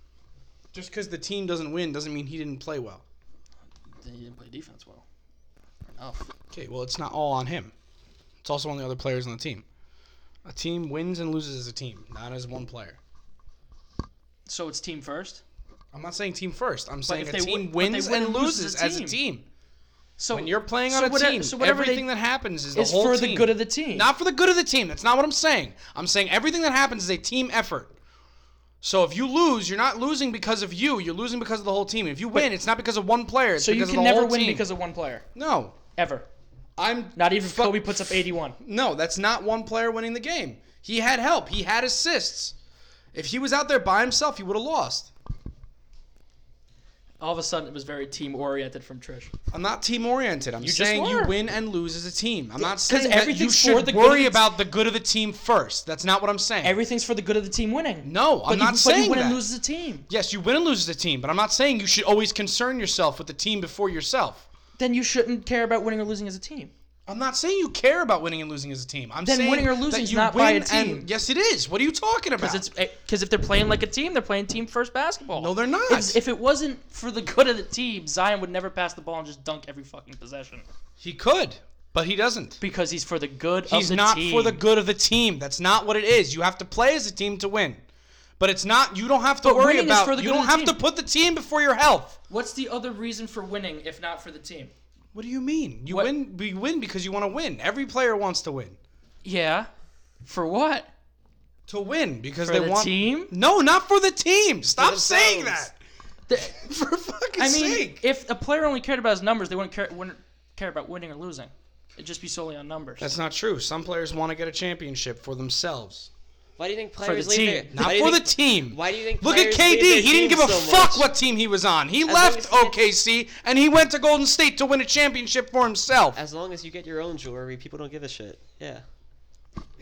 C: Just because the team doesn't win doesn't mean he didn't play well.
A: Then he didn't play defense well. Enough.
C: Okay, well, it's not all on him. It's also on the other players on the team. A team wins and loses as a team, not as one player.
A: So it's team first.
C: I'm not saying team first. I'm saying
A: if
C: a
A: they
C: team
A: win- but they
C: wins
A: win
C: and
A: and lose
C: loses
A: as a
C: as a
A: team.
C: team.
A: So
C: When you're playing
A: so
C: on a
A: whatever-
C: team,
A: so whatever they-
C: everything that happens is the
A: is
C: whole
A: for
C: team.
A: the good of the team.
C: Not for the good of the team. That's not what I'm saying. I'm saying everything that happens is a team effort. So if you lose, you're not losing because of you. You're losing because of the whole team. If you win, it's not because of one player. It's
A: so you
C: because
A: can
C: of the
A: never
C: whole
A: win
C: team.
A: because of one player
C: no,
A: ever.
C: I'm
A: Not even if
C: Fuck-
A: Kobe puts up 81.
C: No, that's not one player winning the game. He had help. He had assists. If he was out there by himself, he would have lost.
A: All of a sudden, it was very team oriented from Trish.
C: I'm not team oriented. I'm
A: You just
C: saying you
A: were.
C: win and lose as a team. I'm not saying that you
A: everything's for
C: should
A: the good of
C: worry
A: the-
C: about the good of the team first. That's not what I'm saying.
A: Everything's for the good of the team winning.
C: no, I'm
A: but
C: not
A: you, but
C: saying
A: you win
C: that.
A: and lose as a team.
C: Yes, you win and lose as a team, but I'm not saying you should always concern yourself with the team before yourself.
A: Then you shouldn't care about winning or losing as a team.
C: I'm not saying you care about winning and losing as a team. I'm
A: Then
C: saying
A: winning or
C: that
A: losing's
C: you
A: not by a
C: win and-
A: team.
C: yes, it is. What are you talking about?
A: Because it's because if they're playing like a team, they're playing team first basketball.
C: no, they're not.
A: If, if it wasn't for the good of the team, Zion would never pass the ball and just dunk every fucking possession
C: he could, but he doesn't.
A: because he's for the good
C: He's
A: of the
C: not
A: team.
C: for the good of the team. That's not what it is. You have to play as a team to win. But it's not. You don't have to
A: But
C: worry
A: winning is
C: about.
A: for the
C: you
A: good
C: don't
A: of the
C: have
A: team.
C: to put the team before your health.
A: What's the other reason for winning if not for the team?
C: What do you mean? You
A: What-
C: win. We win because you want to win. Every player wants to win.
A: Yeah, for what?
C: To win because
A: For
C: they
A: the
C: want.
A: team?
C: No, not for the team. Stop saying
D: themselves.
C: that. [LAUGHS] for fucking
A: I mean,
C: sake.
A: if a player only cared about his numbers, they wouldn't care, wouldn't care about winning or losing. It'd just be solely on numbers.
C: That's not true. Some players want to get a championship for themselves,
D: Why do you think players
A: team,
D: leave their?
C: not
D: why do you
C: for
D: think-
C: the team.
D: Why do you think?
C: Look at
D: players
C: KD.
D: leave their
C: He didn't give
D: teams
C: a
D: so
C: fuck
D: much?
C: what team he was on. He
D: long
C: left
D: as he-
C: OKC and he went to Golden State to win a championship for
D: [LAUGHS]
C: himself.
D: As long as you get your own jewelry, people don't give a shit. Yeah.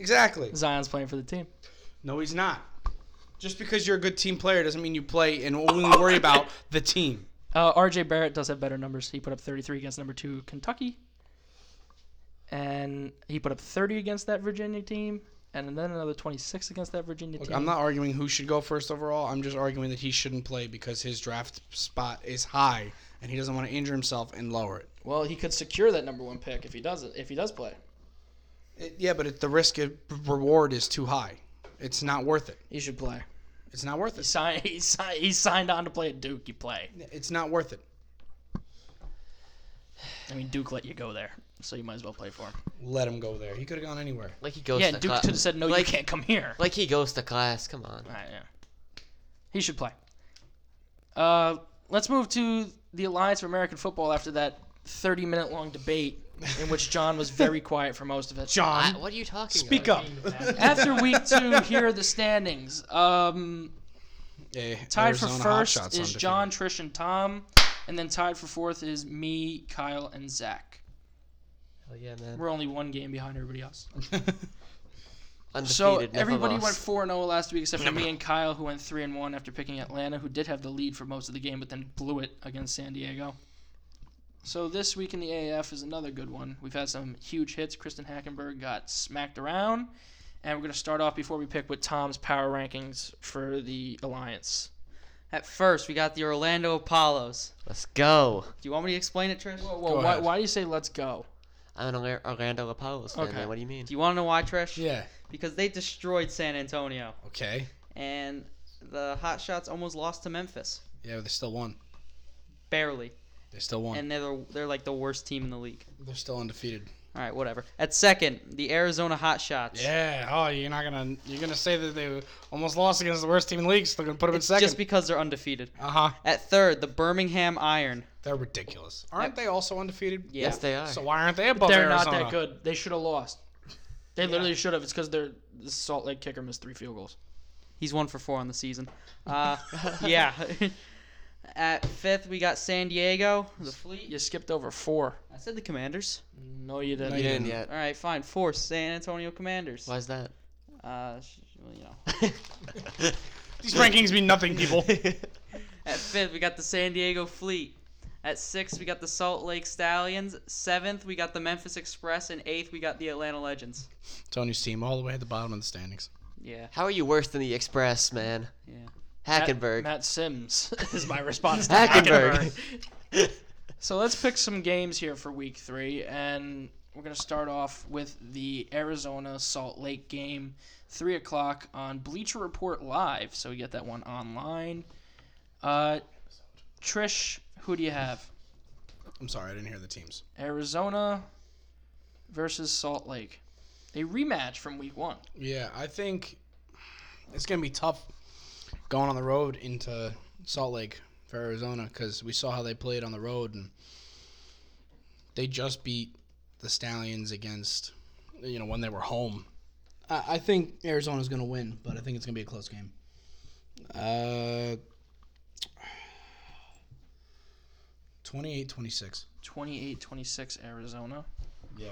C: Exactly.
A: Zion's playing for the team.
C: No, he's not. Just because you're a good team player doesn't mean you play and only worry about the team.
A: Uh, R.J. Barrett does have better numbers. He put up 33 against number two Kentucky, and he put up 30 against that Virginia team, and then another 26 against that Virginia
C: Look,
A: team.
C: I'm not arguing who should go first overall. I'm just arguing that he shouldn't play because his draft spot is high and he doesn't want to injure himself and lower it.
H: Well, he could secure that number one pick if he does it. If he does play,
C: It- yeah, but it, the risk of reward is too high. It's not worth it.
H: he should play.
C: It's not worth
A: He
C: it.
A: signed, [LAUGHS] he, signed, he signed on to play at Duke. You play.
C: It's not worth it.
A: I mean, Duke let you go there, so you might as well play for him.
C: Let him go there. He could have gone anywhere.
D: Like he goes
A: yeah,
D: to
A: Duke
D: class.
A: could have said, no,
D: like,
A: you can't come here.
D: Like he goes to class. Come on.
A: Alright, yeah. He should play. Uh, let's move to the Alliance for American Football after that 30 minute long debate in which John
D: [LAUGHS]
A: was very quiet for most of it.
D: I,
C: John,
D: what are you talking
C: speak
D: about?
C: up.
A: After week two, here are the standings. Um,
C: Eh,
A: tied
C: Arizona
A: for
C: Hot
A: first
C: Shots
A: is
C: undefeated.
A: John, Trish, and Tom. And then tied for fourth is me, Kyle, and Zach.
D: Hell Oh, yeah, man.
A: We're only one game behind everybody else.
D: Undefeated.
A: So
D: never
A: everybody went
D: lost.
A: four and zero last week, except for me and Kyle, who went three and one after picking Atlanta, who did have the lead for most of the game, but then blew it against San Diego. So this week in the AAF is another good one. We've had some huge hits. Kristen Hackenberg got smacked around, and we're gonna start off before we pick with Tom's power rankings for the alliance.
I: At first, we got the Orlando Apollos.
D: Let's go.
I: Do you want me to explain it, Trish?
A: Whoa,
C: Go
A: whoa, why,
C: ahead.
A: why do you say let's go?
D: I'm an Orla- Orlando Apollos fan,
A: Okay.
D: man. What do you mean?
I: Do you want to know why,
C: [LAUGHS]
I: Trish?
C: Yeah.
I: Because they destroyed San Antonio,
C: Okay.
I: and the Hot Shots almost lost to Memphis,
C: Yeah, they still won.
I: barely,
C: They still won.
I: and they're the, they're like the worst team in the league.
C: They're still undefeated.
I: All right, whatever. At second, the Arizona Hot Shots.
C: Yeah. Oh, you're not gonna you're gonna say that they almost lost against the worst team in the league. Still gonna put them
I: It's
C: in second.
I: just because they're undefeated.
C: uh huh.
I: At third, the Birmingham Iron.
C: They're ridiculous. Aren't they also undefeated?
I: Yeah.
D: Yes, they are.
C: So why aren't they above
A: They're
C: Arizona?
A: not that good. They should have lost. They literally should have. It's because their the Salt Lake kicker missed three field goals.
I: He's one for four on the season.
C: [LAUGHS]
I: Uh, yeah. [LAUGHS] At fifth, we got San Diego. The Fleet.
A: You skipped over four.
I: I said the Commanders.
A: No, you didn't.
C: No,
D: you
C: Yeah.
D: didn't yet.
I: All right, fine. Fourth, San Antonio Commanders.
D: Why's that? [LAUGHS]
I: Uh, sh- well, you know.
C: These rankings mean nothing, [LAUGHS] people.
I: [LAUGHS] At fifth, we got the San Diego Fleet. At sixth, we got the Salt Lake Stallions. Seventh, we got the Memphis Express, and eighth, we got the Atlanta Legends.
C: Tony's team all the way at the bottom of the standings.
I: Yeah,
D: How are you worse than the Express, man?
I: yeah.
D: Hackenberg.
A: Matt, Matt Sims [LAUGHS] is my response to
D: Hackenberg.
A: Hackenberg. so let's pick some games here for week three. And We're going to start off with the Arizona Salt Lake game, 3 o'clock on Bleacher Report Live. So we get that one online. Uh, Trish, who do you have?
C: I'm sorry, I didn't hear the teams.
A: Arizona versus Salt Lake. A rematch from week one.
C: Yeah, I think it's gonna be tough going on the road into Salt Lake for Arizona because we saw how they played on the road and they just beat the Stallions against you know when they were home. I, I think Arizona's gonna win, but I think it's gonna be a close game. Uh. 28-26.
A: 28 26 Arizona.
C: Yeah.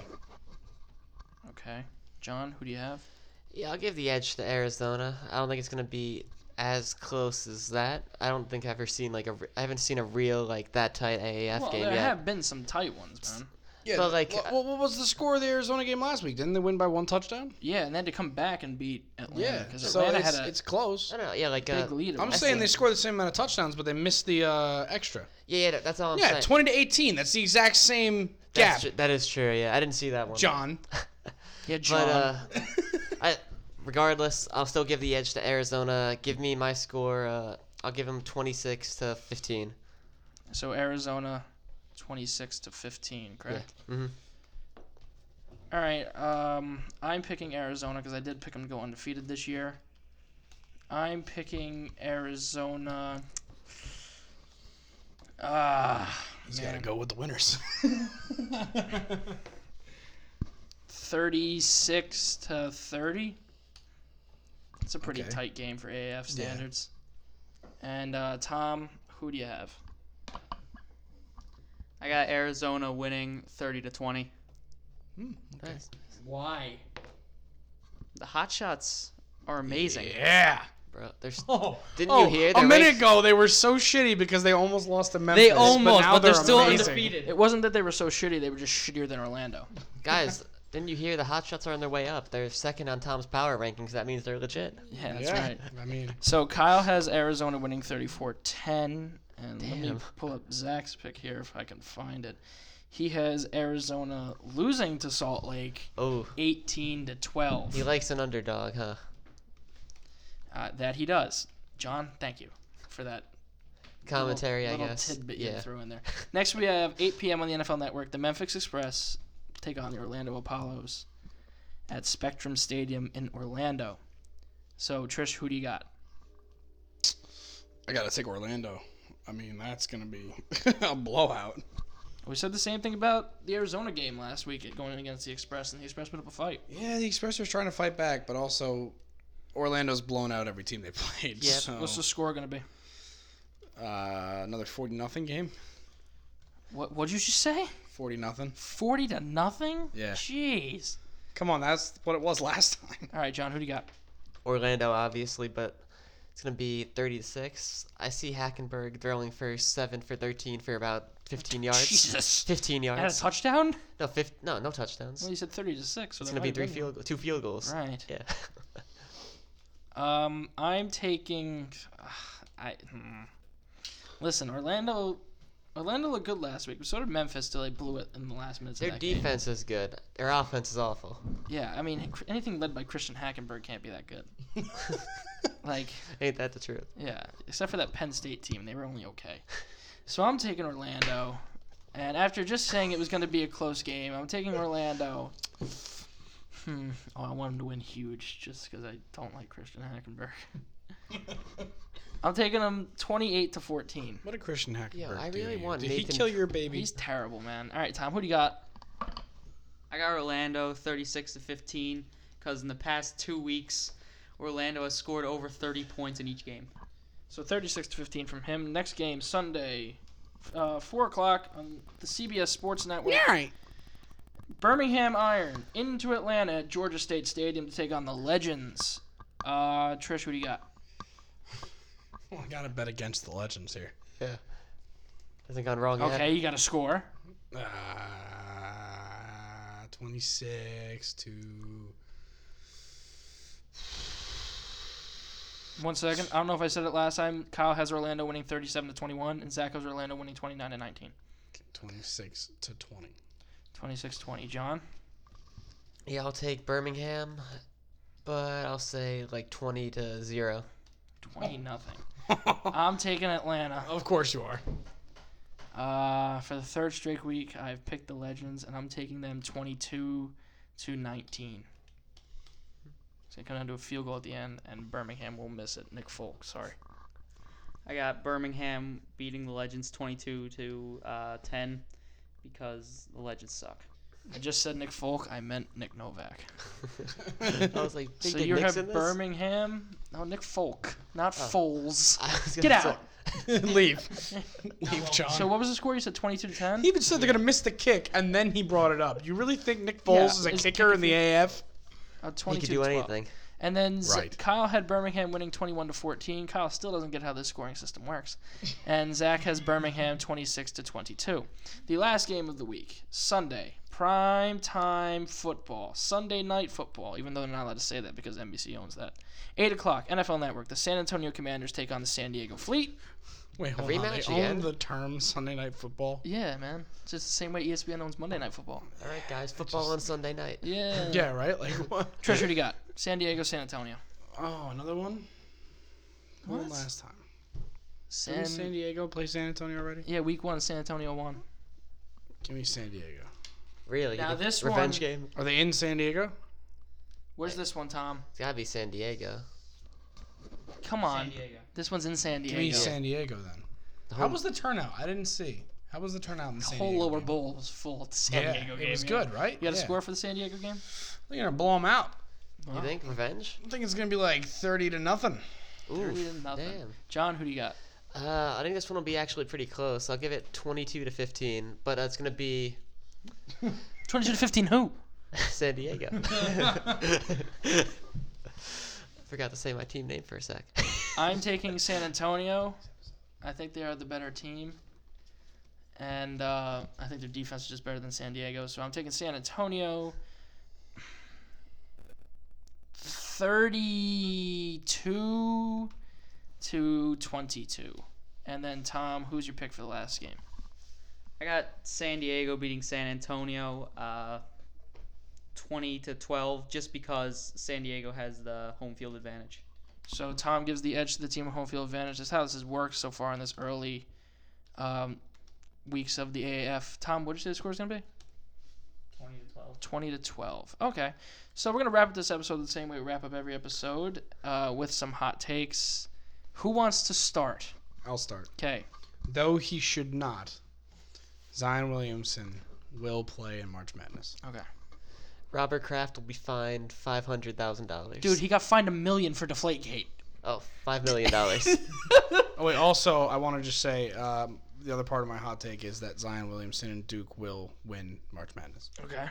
A: Okay. John, who do you have?
D: [LAUGHS] Yeah, I'll give the edge to Arizona. I don't think it's gonna be as close as that. I don't think I've ever seen like a. re- I haven't seen a real like that tight AAF
A: Well,
D: game
A: there
D: yet.
A: have been some tight ones, man.
C: Yeah.
D: But, like,
C: wha- what, was the score of the Arizona game last week? Didn't they win by one touchdown?
A: Yeah, and then to come back and beat Atlanta because
C: So
A: Atlanta
C: it's,
A: had a
C: it's close.
D: I don't know. Yeah, like uh,
A: big lead.
C: I'm
A: at
C: saying
A: one
C: they
A: point.
C: scored the same amount of touchdowns, but they missed the uh, extra.
D: yeah, yeah, that- that's all I'm
C: yeah,
D: saying.
C: 20 to 18. That's the exact same gap.
D: That's tru- that is true. Yeah, I didn't see that one. [LAUGHS]
C: John.
A: Yeah, John.
D: But uh, I, regardless, I'll still give the edge to Arizona. Give me my score. Uh, I'll give them 26 to 15.
A: so Arizona, 26 to 15, correct?
C: Mm-hmm.
D: Mhm.
A: All right. Um, I'm picking Arizona because I did pick them to go undefeated this year. I'm picking Arizona. Ah,
C: He's got to go with the [LAUGHS] winners.
D: Hmm,
A: 36 to 30. It's a pretty
C: Okay.
A: tight game for AAF standards. And uh, Tom, who do you have?
I: I got Arizona winning 30 to 20.
D: Nice.
A: Why?
I: The hot shots are amazing.
C: yeah.
D: Bro, there's
C: [LAUGHS] Oh,
D: Didn't
C: oh,
D: you hear
C: A
D: they're
C: minute
D: ranked-
C: ago, they were so shitty because they almost lost to Memphis. but, now amazing.
A: It wasn't that they were so shitty; they were just shittier than Orlando.
D: guys. Didn't you hear the hot shots are on their way up? They're second on Tom's power rankings. That means they're legit.
A: Yeah, that's
C: Yeah.
A: right.
C: I mean,
A: So Kyle has Arizona winning 34-10, and let me
D: Damn.
A: pull up Zach's pick here if I can find it. He has Arizona losing to Salt Lake
D: Oh,
A: 18 to 12.
D: he likes an underdog, huh?
A: Uh, that he does. John, thank you for that
D: Commentary,
A: little,
D: I guess.
A: Little tidbit you
D: yeah.
A: threw in there. Next, we have 8 p.m. on the NFL Network. The Memphis Express take on the Orlando Apollos at Spectrum Stadium in Orlando. So, Trish, who do you got?
C: I got to take Orlando. I mean, that's going to be [LAUGHS] a blowout.
A: We said the same thing about the Arizona game last week, it going against the Express, and the Express put up a fight.
C: Yeah, the Express are trying to fight back, but also Orlando's blown out every team they [LAUGHS] played.
D: Yep.
C: so,
A: What's the score going to be?
C: uh, another 40 nothing game.
A: What What did you just say?
C: 40 nothing.
A: Forty to nothing?
C: Yeah.
A: Jeez.
C: Come on, that's what it was [LAUGHS] last time.
A: All right, John, who do you got?
D: Orlando, obviously, but it's gonna be 30 to six. I see Hackenberg throwing for seven for 13 for about 15 yards.
A: Jesus.
D: 15
A: Had a
D: yards.
A: touchdown?
D: No, fif- no, no touchdowns.
A: Well, you said thirty to six. So
D: It's
A: that
D: gonna be
A: might
D: three
A: have been-
D: field, two field goals.
A: Right.
D: Yeah.
A: Um, I'm taking. [SIGHS] I hmm. listen. Orlando, Orlando looked good last week. But so did Memphis till they blew it in the last
D: [LAUGHS]
A: minutes.
D: Their
A: of that game.
D: defense is good. Their offense is awful.
A: Yeah, I mean, anything led by Christian Hackenberg can't be that good. like,
D: Ain't that the truth?
A: yeah, except for that Penn State team, they were only okay. So I'm taking Orlando, and after just saying it was going to be a close game, I'm taking Orlando. Hmm. Oh, I want him to win huge just because I don't like Christian Hackenberg. I'm taking him 28 to 14.
C: What a Christian Hackenberg.
D: Yeah, I
C: do to
D: really
C: you.
D: want
C: Did he
D: Nathan-
C: kill your baby?
A: He's terrible, man. All right, Tom, who do you got?
I: I got Orlando 36 to 15 because in the past two weeks, Orlando has scored over 30 points in each game.
A: So 36 to 15 from him. Next game Sunday, uh, four o'clock on the CBS Sports Network.
C: right.
A: Birmingham Iron into Atlanta at Georgia State Stadium to take on the Legends. Uh, Trish, who do you got?
C: Well, Oh, I gotta bet against the legends here.
D: Hasn't gone wrong yet.
A: Okay, you got a score.
C: Uh, 26 Uh, to.
A: One second. I don't know if I said it last time. Kyle has Orlando winning 37 to 21, and Zach has Orlando winning 29 to 19.
D: [LAUGHS]
C: 26 to 20.
A: 26 20. John?
D: Yeah, I'll take Birmingham, but I'll say like 20 to 0.
A: Twenty nothing. I'm taking Atlanta.
C: Of course
D: [LAUGHS]
C: you are. [LAUGHS]
A: Uh, for the third straight week, I've picked the Legends, and I'm taking them 22 to 19. It's gonna come down to a field goal at the end, and Birmingham will miss it. Nick Folk, sorry.
I: I got Birmingham beating the Legends 22 to uh, 10 because the Legends suck.
A: I just said Nick Folk. I meant Nick Novak.
D: I was like, Big
A: so
D: Dick
A: you
D: Nick's in
A: have
D: this? Oh.
A: Birmingham. No, Nick Folk, not Foles.
D: [LAUGHS] I was
A: Get
D: gonna say-
A: out.
D: [LAUGHS]
C: Leave. Leave, John.
A: So what was the score? You said 22 to 10.
C: he even said they're going to miss the kick, and then he brought it up. You really think Nick Foles
A: Yeah,
C: is a
A: is
C: kicker in the AF?
A: Uh,
D: He
A: 22
D: could
A: to
D: do
A: 12.
D: anything.
A: And then Z-
C: Right.
A: Kyle had Birmingham winning 21 to 14. Kyle still doesn't get how this scoring system [LAUGHS] works. And Zach has Birmingham 26 to 22. The last game of the week, Sunday, prime time football, Sunday night football. Even though they're not allowed to say that because NBC owns that. Eight o'clock, NFL Network. The San Antonio Commanders take on the San Diego Fleet.
C: Wait, hold on.
D: rematch
C: They
D: again?
C: own the term Sunday Night Football.
A: Yeah, man. It's just the same way E ESPN owns Monday Night Football.
D: All right, guys, football on Sunday night.
A: Yeah.
C: Yeah, right?
A: [LAUGHS]
C: Like, what?
A: Treasure you got? San Diego, San Antonio.
C: Oh, another one?
A: What?
C: One last time. Didn't San
A: San.
C: Diego play San Antonio already?
A: Yeah, week one, San Antonio won.
C: Give me San Diego.
D: Really?
A: Now
D: You think-
A: this
D: revenge
A: one-
D: game.
C: Are they in San Diego?
A: Where's this one, Tom?
D: It's gotta be San Diego.
A: Come on. This one's in San
C: Give me
A: Diego.
C: San Diego then.
D: The
C: How
D: home-
C: was the turnout? I didn't see. How was the turnout in the San
A: whole
C: Diego
A: lower
C: game?
A: bowl was full of the San
C: Yeah,
A: Diego game.
C: it was
A: yeah.
C: good, right?
A: You got a
C: Yeah.
A: score for the San Diego game?
C: They're gonna blow them out.
D: You think revenge?
C: I think it's gonna be like thirty to nothing.
D: Ooh,
A: to nothing.
D: damn.
A: John, who do you got?
D: Uh, I think this one will be actually pretty close. I'll give it 22 to 15, but that's gonna be
A: 22 to 15 who?
D: [LAUGHS] San
A: [LAUGHS]
D: Diego. Forgot to say my team name for a sec.
A: I'm taking San Antonio. I think they are the better team. And uh, I think their defense is just better than San Diego. So I'm taking San Antonio 32 to 22. And then, Tom, who's your pick for the last game?
I: I got San Diego beating San Antonio uh, 20 to 12 just because San Diego has the home field advantage.
A: So Tom gives the edge to the team of home field advantage. That's how this has worked so far in this early um, weeks of the AAF. Tom, what did you say the score is going to be?
I: 20 to 12.
A: 20 to 12. Okay. So we're going to wrap up this episode the same way we wrap up every episode uh, with some hot takes. Who wants to start?
C: I'll start.
A: Okay.
C: Though he should not, Zion Williamson will play in March Madness.
A: Okay.
D: Robert Kraft will be fined five hundred thousand dollars.
A: Dude, he got fined a million for [LAUGHS] Deflategate.
D: oh, five million dollars.
A: [LAUGHS]
C: Oh wait, also I want to just say um, the other part of my hot take is that Zion Williamson and Duke will win March Madness.
A: Okay.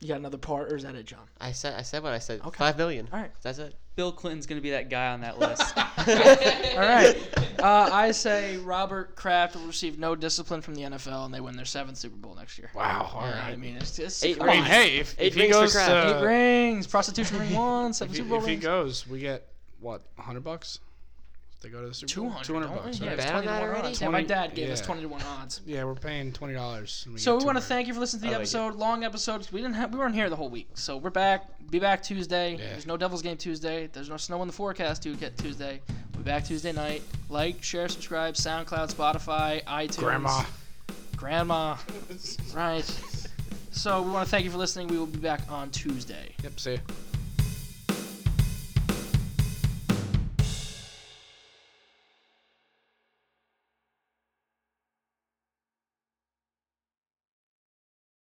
A: You got another part, or is that it, John?
D: I said, I said what I said.
A: Okay.
D: Five million.
A: All right.
D: That's it.
I: Bill Clinton's going to be that guy on that
D: [LAUGHS]
A: [LAUGHS]
I: list.
A: All right. Uh, I say Robert Kraft will receive no discipline from the NFL, and they win their seventh Super Bowl next year.
C: Wow. All
A: You know what I mean, it's just
D: Eight
A: come
C: I mean,
A: on.
C: hey, if,
D: Eight
C: if he
D: rings for
C: goes,
D: Kraft.
C: to-
A: Eight rings, prostitution ring one, seven
C: if, he,
A: Super Bowl
C: if he
A: rings.
C: goes, we get what hundred bucks. If they go to the Super Bowl.
A: 200, don't we?
C: bucks.
A: Yeah,
C: right?
A: it's
D: Bet on
A: 20 to
D: that
A: 1
D: already?
A: odds. Yeah, my
C: 20
A: dad gave us
C: yeah.
A: 20 to 1 odds.
C: Yeah, we're paying twenty dollars.
A: So we want to thank you for listening to the
D: I like it.
A: episode. Long episode. 'cause We didn't have, we weren't here the whole week, so we're back. Be back Tuesday.
C: Yeah.
A: There's no Devils game Tuesday. There's no snow in the forecast to get Tuesday. We'll be back Tuesday night. Like, share, subscribe. SoundCloud, Spotify, iTunes.
C: Grandma.
A: Grandma. right. So we want to thank you for listening. We will be back on Tuesday.
C: Yep. See. ya.